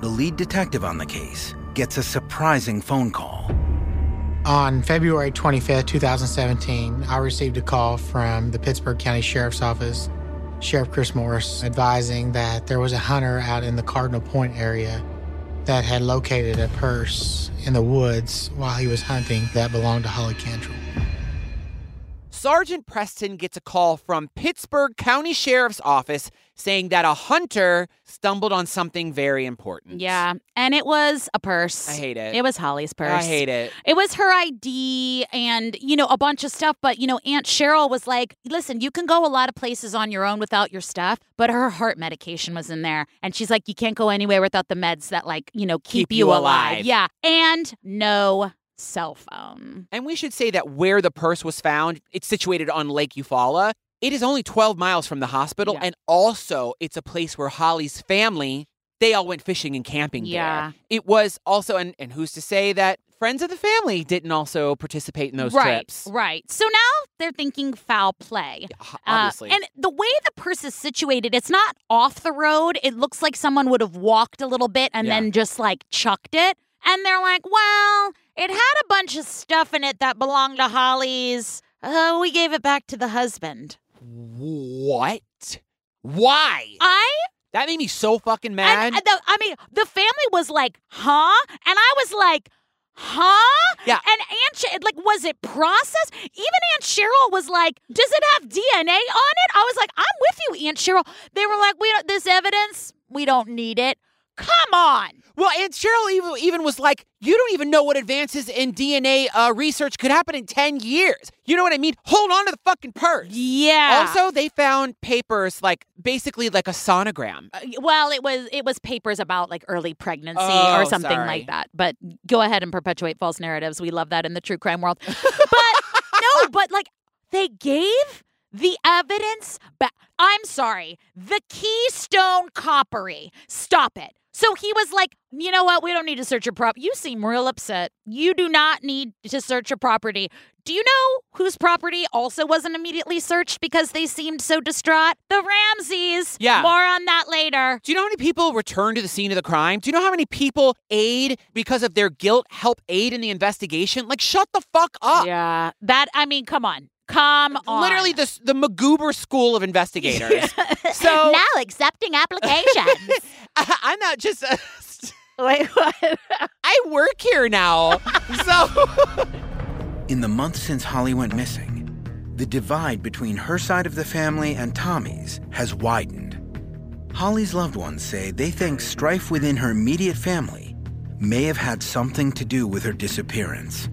Speaker 3: the lead detective on the case gets a surprising phone call.
Speaker 6: On February 25th, 2017, I received a call from the Pittsburgh County Sheriff's Office, Sheriff Chris Morris, advising that there was a hunter out in the Cardinal Point area that had located a purse in the woods while he was hunting that belonged to Holly Cantrell.
Speaker 2: Sergeant Preston gets a call from Pittsburgh County Sheriff's Office saying that a hunter stumbled on something very important.
Speaker 1: Yeah, and it was a purse.
Speaker 2: I hate it.
Speaker 1: It was Holly's purse.
Speaker 2: I hate it.
Speaker 1: It was her ID and, you know, a bunch of stuff. But, you know, Aunt Cheryl was like, listen, you can go a lot of places on your own without your stuff. But her heart medication was in there. And she's like, you can't go anywhere without the meds that, like, you know, keep,
Speaker 2: Keep you alive.
Speaker 1: Yeah. And no cell phone.
Speaker 2: And we should say that where the purse was found, it's situated on Lake Eufaula. It is only 12 miles from the hospital
Speaker 1: Yeah.
Speaker 2: and also it's a place where Holly's family, they all went fishing and camping
Speaker 1: Yeah.
Speaker 2: there. It was also and and who's to say that friends of the family didn't also participate in those
Speaker 1: right.
Speaker 2: trips.
Speaker 1: Right. So now they're thinking foul play.
Speaker 2: Ho-
Speaker 1: Uh,
Speaker 2: Obviously.
Speaker 1: and the way the purse is situated, it's not off the road. It looks like someone would have walked a little bit and
Speaker 2: Yeah.
Speaker 1: then just like chucked it. And they're like, well, it had a bunch of stuff in it that belonged to Holly's. Oh, we gave it back to the husband.
Speaker 2: what? Why?
Speaker 1: I
Speaker 2: that made me so fucking mad.
Speaker 1: and, and the, I mean, the family was like, huh? And I was like, huh?
Speaker 2: Yeah.
Speaker 1: And Aunt, Ch- like, was it processed? Even Aunt Cheryl was like, does it have DNA on it? I was like, I'm with you, Aunt Cheryl. They were like, we don't, this evidence, we don't need it. Come on.
Speaker 2: Well, and Cheryl even, even was like, you don't even know what advances in DNA uh, research could happen in 10 years. You know what I mean? Hold on to the fucking purse.
Speaker 1: Yeah.
Speaker 2: Also, they found papers like basically like a sonogram.
Speaker 1: Uh, well, it was it was papers about like early pregnancy
Speaker 2: Oh,
Speaker 1: or something
Speaker 2: sorry.
Speaker 1: like that. But go ahead and perpetuate false narratives. We love that in the true crime world. But no, but like they gave the evidence back. I'm sorry, the Keystone Coppery. Stop it. So he was like, you know what? We don't need to search your prop. You seem real upset. You do not need to search your property. Do you know whose property also wasn't immediately searched because they seemed so distraught? The Ramses.
Speaker 2: Yeah.
Speaker 1: More on that later.
Speaker 2: Do you know how many people return to the scene of the crime? Do you know how many people aid because of their guilt, help aid in the investigation? Like, shut the fuck up.
Speaker 1: Yeah. That, I mean, come on. Come on.
Speaker 2: Oh. Literally, the, the MacGuber School of Investigators. so,
Speaker 1: now accepting applications.
Speaker 2: I'm not just,
Speaker 1: Wait, what?
Speaker 2: I work here now. so.
Speaker 3: In the months since Holly went missing, the divide between her side of the family and Tommy's has widened. Holly's loved ones say they think strife within her immediate family may have had something to do with her disappearance.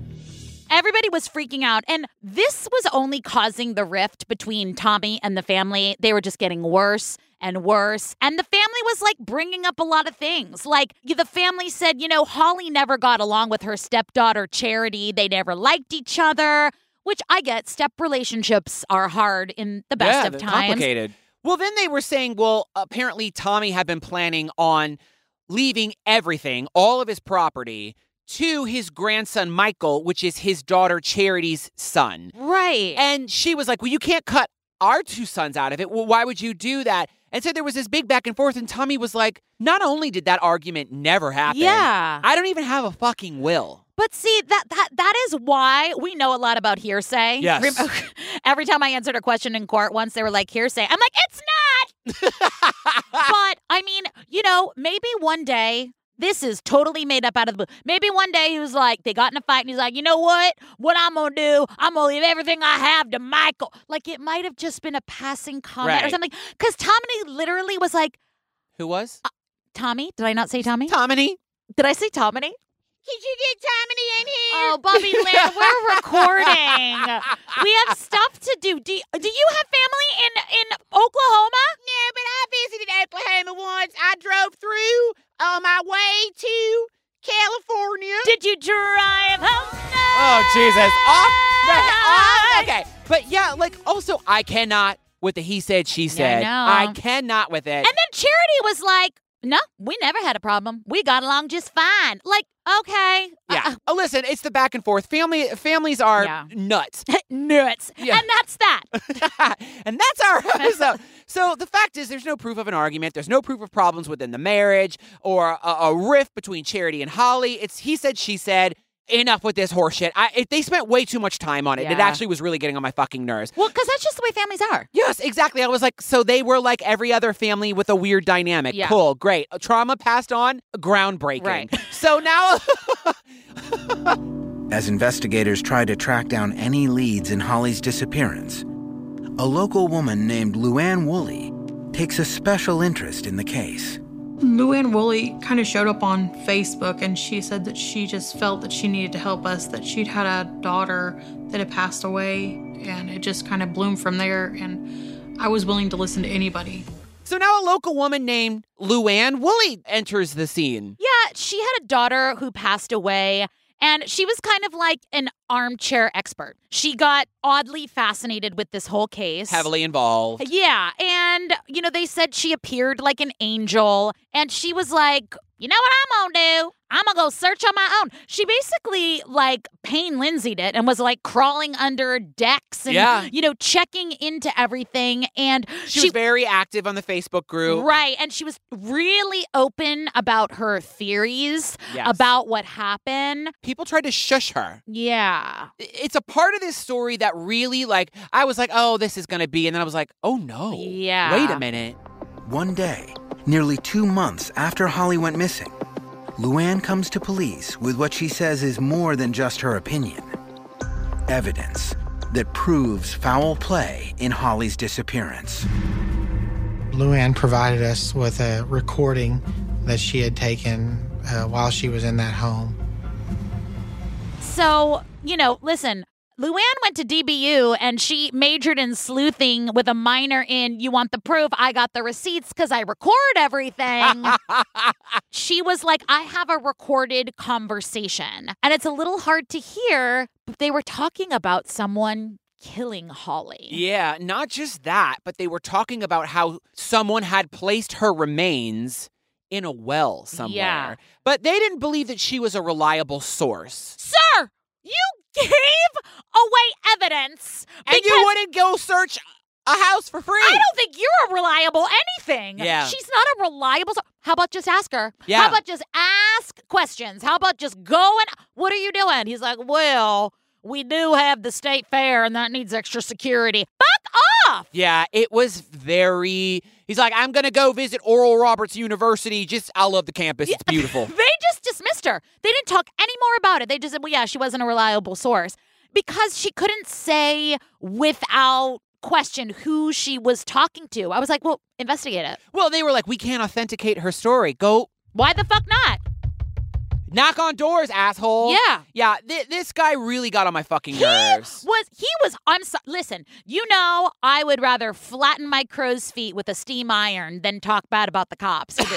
Speaker 1: Everybody was freaking out. And this was only causing the rift between Tommy and the family. They were just getting worse and worse. And the family was like bringing up a lot of things. Like y- the family said, you know, Holly never got along with her stepdaughter, Charity. They never liked each other, which I get. Step relationships are hard in the best
Speaker 2: yeah,
Speaker 1: of
Speaker 2: they're
Speaker 1: times.
Speaker 2: Complicated. Well, then they were saying, well, apparently Tommy had been planning on leaving everything, all of his property, to his grandson Michael, which is his daughter Charity's son.
Speaker 1: Right.
Speaker 2: And she was like, well, you can't cut our two sons out of it. Well, why would you do that? And so there was this big back and forth, and Tommy was like, not only did that argument never happen,
Speaker 1: yeah.
Speaker 2: I don't even have a fucking will.
Speaker 1: But see that that that is why we know a lot about hearsay.
Speaker 2: Yes.
Speaker 1: Rem- Every time I answered a question in court once, they were like hearsay. I'm like, it's not. but I mean, you know, maybe one day. This is totally made up out of the blue. Maybe one day he was like, they got in a fight and he's like, you know what? What I'm going to do, I'm going to leave everything I have to Michael. Like, it might have just been a passing comment or
Speaker 2: Right.
Speaker 1: something. Because Tommy literally was like,
Speaker 2: Who was?
Speaker 1: Uh, Tommy? Did I not say Tommy?
Speaker 2: Tommy.
Speaker 1: Did I say Tommy? Did you get Tommy in here?
Speaker 2: Uh,
Speaker 1: Oh, Bobby Land, we're recording. we have stuff to do. Do you, do you have family in in Oklahoma? No, but I visited Oklahoma once. I drove through
Speaker 2: um, Oh, Jesus. Off the off- Okay. But yeah, like also I cannot with the he said, she said.
Speaker 1: know.
Speaker 2: I cannot with it.
Speaker 1: And uh, then Charity was like, no, we never had a problem. We got along just fine. Like, okay.
Speaker 2: yeah. Oh, listen, it's the back and forth. Family families are
Speaker 1: uh. Yeah.
Speaker 2: nuts.
Speaker 1: Nuts.
Speaker 2: Yeah.
Speaker 1: And that's that.
Speaker 2: and that's our episode. so the fact is, there's no proof of an argument. There's no proof of problems within the marriage or a, a rift between Charity and Holly. It's he said, she said. Enough with this horseshit. I, it, they spent way too much time on it.
Speaker 1: Yeah.
Speaker 2: It actually was really getting on my fucking nerves.
Speaker 1: Well, because that's just the way families are.
Speaker 2: Yes, exactly. I was like, so they were like every other family with a weird dynamic.
Speaker 1: Yeah.
Speaker 2: Cool, great. Uh, Trauma passed on, groundbreaking.
Speaker 1: Right.
Speaker 2: So now,
Speaker 3: As investigators try to track down any leads in Holly's disappearance, a local woman named Luann Woolley takes a special interest in the case.
Speaker 5: Luann Woolley kind of showed up on Facebook and she said that she just felt that she needed to help us, that she'd had a daughter that had passed away, and it just kind of bloomed from there. And I was willing to listen to anybody.
Speaker 2: so now a local woman named Luann Woolley enters the scene.
Speaker 1: Yeah, she had a daughter who passed away, and she was kind of like an armchair expert. She got oddly fascinated with this whole case.
Speaker 2: Heavily involved.
Speaker 1: Yeah, and you know they said she appeared like an angel, and she was like, "You know what I'm gonna do? I'm gonna go search on my own." She basically like Payne Lindsayed it and was like crawling under decks and
Speaker 2: Yeah.
Speaker 1: you know checking into everything, and
Speaker 2: She, was very active on the Facebook group.
Speaker 1: Right. And she was really open about her theories
Speaker 2: Yes.
Speaker 1: about what happened.
Speaker 2: People tried to shush her.
Speaker 1: Yeah.
Speaker 2: I- It's a part of this story that really, like, I was like, oh, this is going to be. And then I was like, oh no.
Speaker 1: Yeah.
Speaker 2: Wait a minute.
Speaker 3: One day, nearly two months after Holly went missing, Luann comes to police with what she says is more than just her opinion evidence that proves foul play in Holly's disappearance.
Speaker 6: Luann provided us with a recording that she had taken uh, while she was in that home.
Speaker 1: So, you know, listen, Luann went to DBU and she majored in sleuthing with a minor in you want the proof, I got the receipts because I record everything. she was like, I have a recorded conversation. And it's a little hard to hear, but they were talking about someone killing Holly.
Speaker 2: Yeah, not just that, but they were talking about how someone had placed her remains in a well somewhere.
Speaker 1: Yeah.
Speaker 2: But they didn't believe that she was a reliable source.
Speaker 1: Sir, you gave away evidence.
Speaker 2: and you wouldn't go search a house for free.
Speaker 1: I don't think you're a reliable anything.
Speaker 2: Yeah.
Speaker 1: She's not a reliable. so- How about just ask her?
Speaker 2: Yeah.
Speaker 1: How about just ask questions? How about just go and what are you doing? He's like, well, we do have the state fair and that needs extra security. Fuck off.
Speaker 2: yeah, it was very. He's like, I'm going to go visit Oral Roberts University. Just, I love the campus. It's beautiful.
Speaker 1: They just dismissed her. They didn't talk any more about it. They just said, well, yeah, she wasn't a reliable source because she couldn't say without question who she was talking to. I was like, well, investigate it.
Speaker 2: well, they were like, we can't authenticate her story. Go
Speaker 1: Why the fuck not?
Speaker 2: knock on doors, asshole.
Speaker 1: Yeah.
Speaker 2: Yeah, thi- this guy really got on my fucking
Speaker 1: He
Speaker 2: nerves.
Speaker 1: was he was I'm so, listen, you know I would rather flatten my crow's feet with a steam iron than talk bad about the cops. but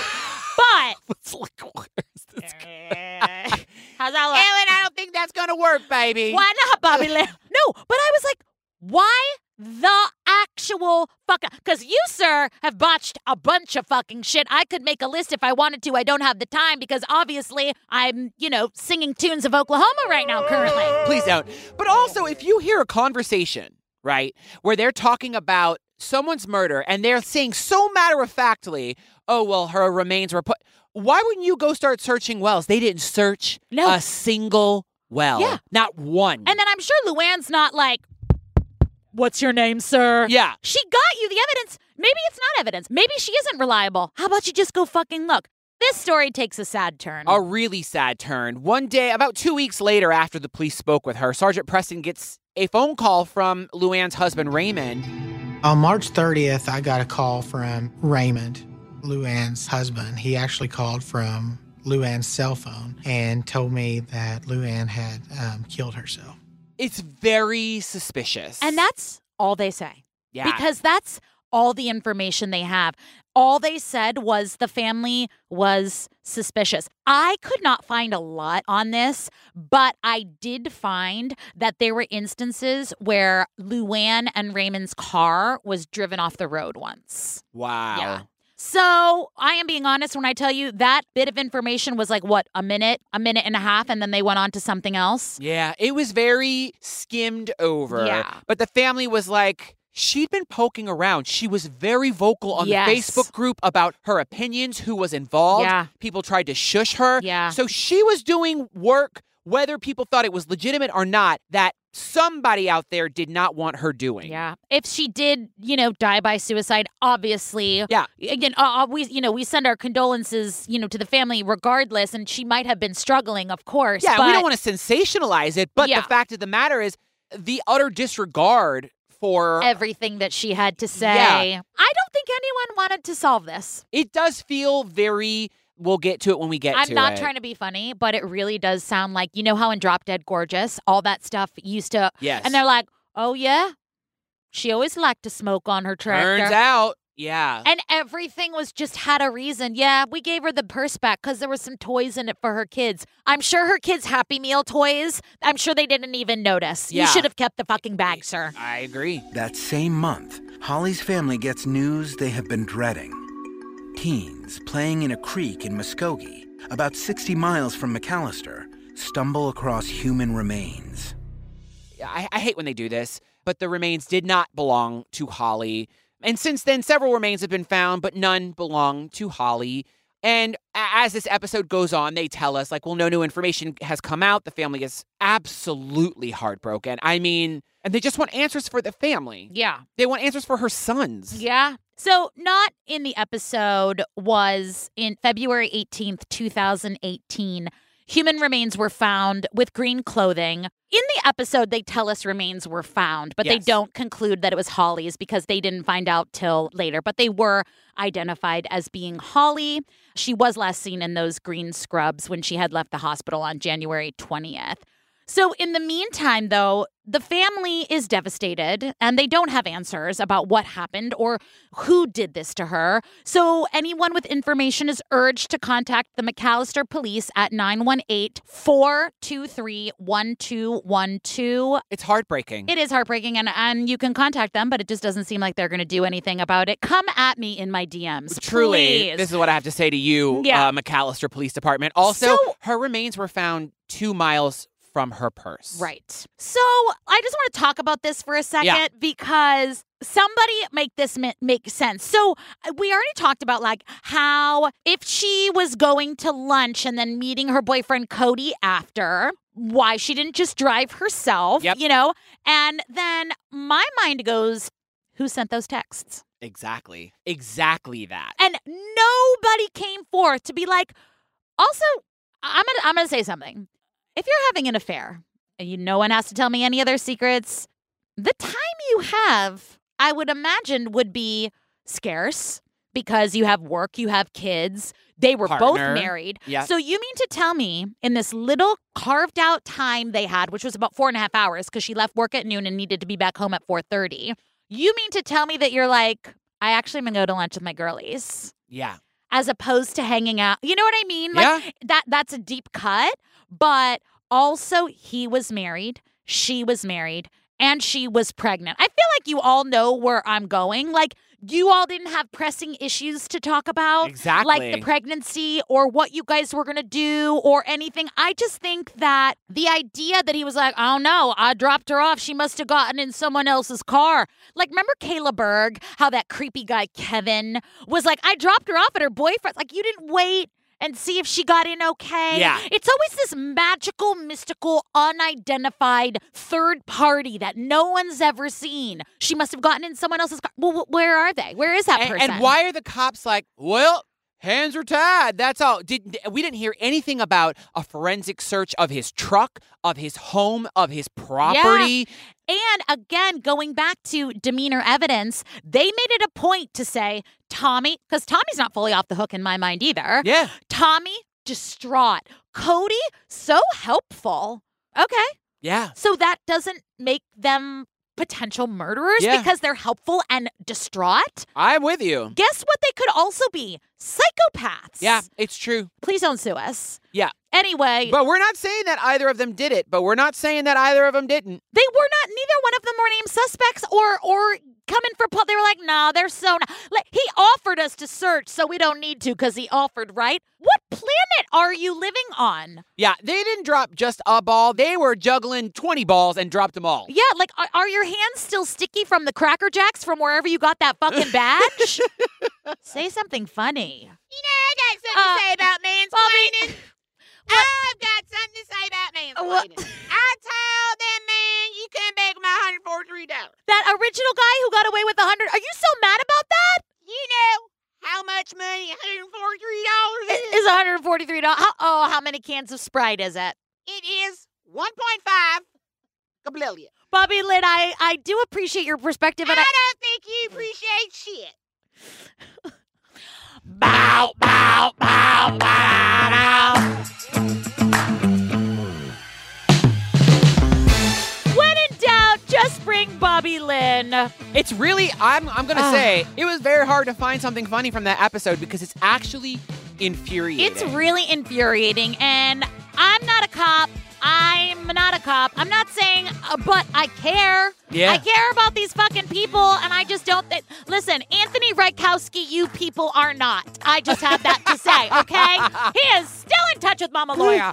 Speaker 2: It's like, where is this
Speaker 1: Eh, how's that look?
Speaker 2: Ellen, I don't think that's gonna work, baby.
Speaker 1: Why not, Bobby Lee? No, but I was like, why the actual fuck? Because you, sir, have botched a bunch of fucking shit. I could make a list if I wanted to. I don't have the time because obviously I'm, you know, singing tunes of Oklahoma right now currently.
Speaker 2: Please don't. But also, if you hear a conversation, right, where they're talking about someone's murder and they're saying so matter of factly, oh, well, her remains were put. Why wouldn't you go start searching wells? They didn't search
Speaker 1: No.
Speaker 2: a single well.
Speaker 1: Yeah.
Speaker 2: Not one.
Speaker 1: And then I'm sure Luann's not like, what's your name, sir?
Speaker 2: yeah.
Speaker 1: She got you the evidence. Maybe it's not evidence. Maybe she isn't reliable. How about you just go fucking look? This story takes a sad turn.
Speaker 2: A really sad turn. One day, about two weeks later, after the police spoke with her, Sergeant Preston gets a phone call from Luann's husband, Raymond.
Speaker 6: On March 30th, I got a call from Raymond, Luann's husband. He actually called from Luann's cell phone and told me that Luann had um, killed herself.
Speaker 2: It's very suspicious.
Speaker 1: and that's all they say.
Speaker 2: yeah.
Speaker 1: Because that's all the information they have. All they said was the family was suspicious. I could not find a lot on this, but I did find that there were instances where Luann and Raymond's car was driven off the road once.
Speaker 2: Wow.
Speaker 1: Yeah. So I am being honest when I tell you that bit of information was like what a minute, a minute and a half, and then they went on to something else.
Speaker 2: Yeah, it was very skimmed over.
Speaker 1: Yeah.
Speaker 2: But the family was like, she'd been poking around. She was very vocal on
Speaker 1: Yes.
Speaker 2: the Facebook group about her opinions, who was involved.
Speaker 1: Yeah.
Speaker 2: People tried to shush her.
Speaker 1: Yeah.
Speaker 2: So she was doing work, whether people thought it was legitimate or not, that somebody out there did not want her doing.
Speaker 1: Yeah. If she did, you know, die by suicide, obviously.
Speaker 2: Yeah.
Speaker 1: Again, uh, uh, we you know we send our condolences, you know, to the family regardless, and she might have been struggling, of course.
Speaker 2: Yeah,
Speaker 1: but
Speaker 2: we don't want to sensationalize it, but
Speaker 1: Yeah.
Speaker 2: the fact of the matter is the utter disregard for
Speaker 1: everything that she had to say.
Speaker 2: Yeah.
Speaker 1: I don't think anyone wanted to solve this.
Speaker 2: it does feel very we'll get to it when we get
Speaker 1: I'm
Speaker 2: to
Speaker 1: not
Speaker 2: it.
Speaker 1: trying to be funny, but it really does sound like you know how in Drop Dead Gorgeous, all that stuff used to,
Speaker 2: Yes.
Speaker 1: and they're like, oh yeah, she always liked to smoke on her tractor.
Speaker 2: Turns out, yeah.
Speaker 1: And everything was just had a reason. Yeah, we gave her the purse back because there was some toys in it for her kids. I'm sure her kids' Happy Meal toys. I'm sure they didn't even notice.
Speaker 2: Yeah.
Speaker 1: You should have kept the fucking bag, sir.
Speaker 2: I agree.
Speaker 3: That same month, Holly's family gets news they have been dreading. Teens playing in a creek in Muskogee, about 60 miles from McAllister, stumble across human remains.
Speaker 2: I, I hate when they do this, but the remains did not belong to Holly. And since then, several remains have been found, but none belong to Holly. And a- as this episode goes on, they tell us, like, well, no new information has come out. The family is absolutely heartbroken. I mean, and they just want answers for the family.
Speaker 1: Yeah.
Speaker 2: They want answers for her sons.
Speaker 1: Yeah. So, not in the episode was in February 18th, 2018. Human remains were found with green clothing. In the episode, they tell us remains were found, but
Speaker 2: Yes.
Speaker 1: they don't conclude that it was Holly's because they didn't find out till later. But they were identified as being Holly. She was last seen in those green scrubs when she had left the hospital on January 20th. So, in the meantime, though, the family is devastated and they don't have answers about what happened or who did this to her. So, anyone with information is urged to contact the McAllister police at 918 423 1212.
Speaker 2: It's heartbreaking.
Speaker 1: It is heartbreaking, and, and you can contact them, but it just doesn't seem like they're going to do anything about it. Come at me in my DMs.
Speaker 2: Truly,
Speaker 1: please.
Speaker 2: this is what I have to say to you,
Speaker 1: Yeah.
Speaker 2: uh, McAllister Police Department. Also,
Speaker 1: So-
Speaker 2: her remains were found two miles from her purse.
Speaker 1: Right. So I just want to talk about this for a second
Speaker 2: Yeah.
Speaker 1: because somebody make this mi- make sense. So uh, we already talked about like how if she was going to lunch and then meeting her boyfriend Cody after. Why she didn't just drive herself,
Speaker 2: Yep.
Speaker 1: you know? And then my mind goes, who sent those texts?
Speaker 2: Exactly. Exactly that.
Speaker 1: And nobody came forth to be like, also, I'm gonna, I'm gonna say something. If you're having an affair and you, no one has to tell me any other secrets, the time you have, I would imagine, would be scarce because you have work, you have kids. They were both
Speaker 2: Partner.
Speaker 1: married.
Speaker 2: Yeah.
Speaker 1: So you mean to tell me in this little carved out time they had, which was about four and a half hours, because she left work at noon and needed to be back home at four thirty. You mean to tell me that you're like, I actually am gonna go to lunch with my girlies
Speaker 2: Yeah.
Speaker 1: as opposed to hanging out. You know what I mean? Like
Speaker 2: yeah.
Speaker 1: that that's a deep cut, but also he was married, she was married, and she was pregnant. I feel like you all know where I'm going. Like you all didn't have pressing issues to talk about.
Speaker 2: Exactly.
Speaker 1: Like the pregnancy or what you guys were going to do or anything. I just think that the idea that he was like, oh no, I dropped her off. She must have gotten in someone else's car. Like, remember Kayla Berg, how that creepy guy Kevin was like, I dropped her off at her boyfriend's. Like, you didn't wait and see if she got in okay.
Speaker 2: Yeah.
Speaker 1: It's always this magical, mystical, unidentified third party that no one's ever seen. She must have gotten in someone else's car. Well, wh- where are they? Where is that
Speaker 2: and,
Speaker 1: person?
Speaker 2: and why are the cops like, well, hands are tied. That's all. Did we didn't hear anything about a forensic search of his truck, of his home, of his property.
Speaker 1: And again, going back to demeanor evidence, they made it a point to say Tommy, because Tommy's not fully off the hook in my mind either.
Speaker 2: Yeah.
Speaker 1: Tommy, distraught. Cody, so helpful. Okay.
Speaker 2: Yeah.
Speaker 1: So that doesn't make them potential murderers
Speaker 2: Yeah.
Speaker 1: because they're helpful and distraught.
Speaker 2: I'm with you.
Speaker 1: Guess what they could also be? Psychopaths.
Speaker 2: Yeah, it's true.
Speaker 1: Please don't sue us.
Speaker 2: Yeah.
Speaker 1: Anyway,
Speaker 2: But we're not saying that either of them did it, but we're not saying that either of them didn't.
Speaker 1: they were not neither one of them were named suspects or or coming for pub. They were like, nah, they're so not. Like, he offered us to search, so we don't need to because he offered, right? What planet are you living on?
Speaker 2: Yeah, they didn't drop just a ball. They were juggling 20 balls and dropped them all.
Speaker 1: Yeah, like are, are your hands still sticky from the Cracker Jacks from wherever you got that fucking badge? Say something funny.
Speaker 11: You know, I got something
Speaker 1: Uh,
Speaker 11: to say about mansplaining. I've got something to say about mansplaining. I told that man you couldn't make my hundred forty-three dollars.
Speaker 1: That original guy who got away with a hundred. Are you so mad about that?
Speaker 11: You know how much money one hundred forty-three dollars
Speaker 1: It
Speaker 11: is?
Speaker 1: is one hundred forty-three dollars. Oh, how many cans of Sprite is it?
Speaker 11: It is one point five gabillion.
Speaker 1: Bobby Lynn, I, I do appreciate your perspective, and I,
Speaker 11: I don't think you appreciate shit.
Speaker 1: bow bow bow bow. bow. When in doubt, just bring Bobby Lynn.
Speaker 2: It's really, I'm, I'm going to
Speaker 1: Ah.
Speaker 2: say, it was very hard to find something funny from that episode because it's actually infuriating.
Speaker 1: It's really infuriating, and I'm not a cop. I'm not a cop. I'm not saying, uh, but I care.
Speaker 2: Yeah.
Speaker 1: I care about these fucking people, and I just don't. Th- Listen, Anthony Rykowski, you people are not. I just have that to say, okay? He is still in touch with Mama Laura.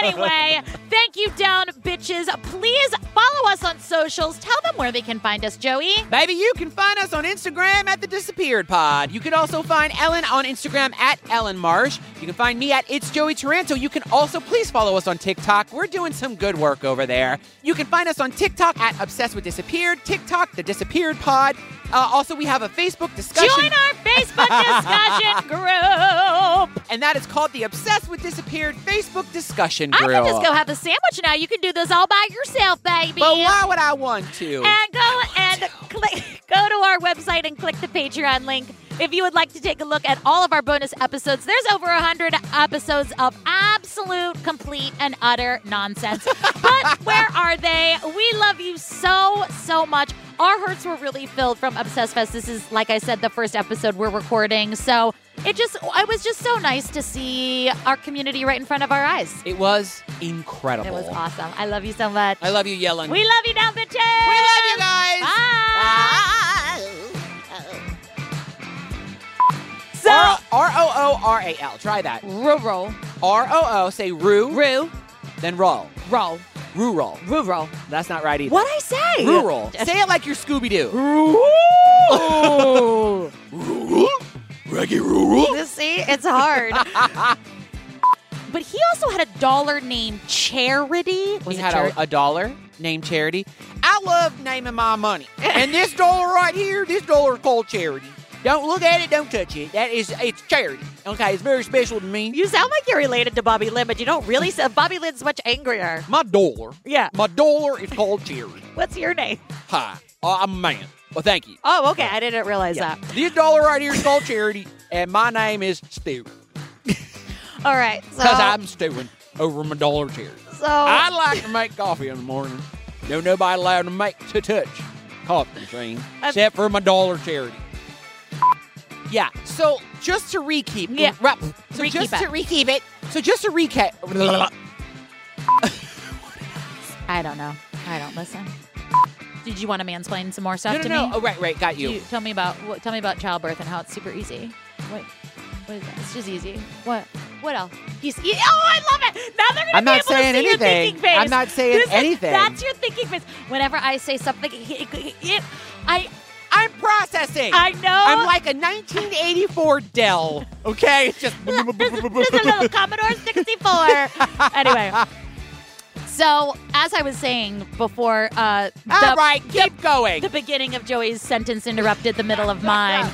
Speaker 1: anyway, thank you, down bitches. Please follow us on socials. Tell them where they can find us, Joey.
Speaker 2: Baby, you can find us on Instagram at the Disappeared Pod. You can also find Ellen on Instagram at Ellen Marsh. You can find me at It's Joey Taranto. You can also please follow us on TikTok. We're doing some good work over there. You can find us on TikTok at Obsessed with Disappeared, TikTok, the Disappeared Pod. Uh, also, we have a Facebook discussion.
Speaker 1: Join our Facebook discussion group.
Speaker 2: and that is called the Obsessed with Disappeared Facebook Discussion
Speaker 1: I
Speaker 2: Group.
Speaker 1: can just go have a sandwich now. You can do this all by yourself, baby.
Speaker 2: But why would I want to?
Speaker 1: And go and click, go to our website and click the Patreon link if you would like to take a look at all of our bonus episodes. There's over hundred episodes of absolute, complete, and utter nonsense. but where are they? We love you so so much. Our hearts were really filled from Obsessed Fest. This is, like I said, the first episode we're recording. So it just, it was just so nice to see our community right in front of our eyes.
Speaker 2: It was incredible.
Speaker 1: It was awesome. I love you so much.
Speaker 2: I love you, Yellen.
Speaker 1: We love you down bitches.
Speaker 2: We love you guys.
Speaker 1: So
Speaker 2: R O O R A L. Try that.
Speaker 1: roll, roll,
Speaker 2: R O O. Say rue.
Speaker 1: Rue.
Speaker 2: Then roll.
Speaker 1: roll,
Speaker 2: Rural.
Speaker 1: roll, roll.
Speaker 2: That's not right either.
Speaker 1: What I say?
Speaker 2: Rural. Say it like you're Scooby Doo.
Speaker 1: Ooh.
Speaker 2: Rural. Reggie rural.
Speaker 1: See, it's hard. but he also had a dollar named Charity. Was
Speaker 2: He
Speaker 1: it
Speaker 2: had
Speaker 1: Charity?
Speaker 2: a, a dollar named Charity. I love naming my money. And this dollar right here, this dollar is called Charity. Don't look at it. Don't touch it. That is, it's charity. Okay, it's very special to me.
Speaker 1: you sound like you're related to Bobby Lynn, but you don't really. Sound, Bobby Lynn's much angrier.
Speaker 2: My dollar.
Speaker 1: Yeah.
Speaker 2: My dollar is called charity.
Speaker 1: What's your name?
Speaker 2: Hi. Uh, I'm a man. Well, thank you.
Speaker 1: Oh, okay. I didn't realize that.
Speaker 2: This dollar right here is called charity, and my name is Stu.
Speaker 1: All right. So,
Speaker 2: Because I'm stewing over my dollar charity.
Speaker 1: so
Speaker 2: I like to make coffee in the morning. No nobody allowed to make to touch coffee machine
Speaker 1: I'm-
Speaker 2: except for my dollar charity. Yeah. So just to recap.
Speaker 1: Yeah.
Speaker 2: Right, so
Speaker 1: Recap
Speaker 2: just
Speaker 1: it.
Speaker 2: to recap it. So just to recap.
Speaker 1: I don't know. I don't listen. Did you want to mansplain some more stuff
Speaker 2: no, no,
Speaker 1: to
Speaker 2: no.
Speaker 1: me?
Speaker 2: Oh, right, right. Got
Speaker 1: Do
Speaker 2: you.
Speaker 1: you- tell me about what, tell me about childbirth and how it's super easy. What? What is that? It's just easy. What? What else? He's e- oh, I love it. Now they're gonna
Speaker 2: I'm
Speaker 1: be
Speaker 2: not
Speaker 1: able to
Speaker 2: saying
Speaker 1: see your
Speaker 2: anything.
Speaker 1: thinking face.
Speaker 2: I'm not saying
Speaker 1: This is-
Speaker 2: anything.
Speaker 1: That's your thinking face. Whenever I say something, it, it, it- I
Speaker 2: I'm processing.
Speaker 1: I know.
Speaker 2: I'm like a 1984 Dell. Okay. It's just.
Speaker 1: This is a little Commodore 64. anyway. So, as I was saying before, uh,
Speaker 2: All
Speaker 1: the-
Speaker 2: Ah, right. Keep going.
Speaker 1: the beginning of Joey's sentence interrupted the middle of mine.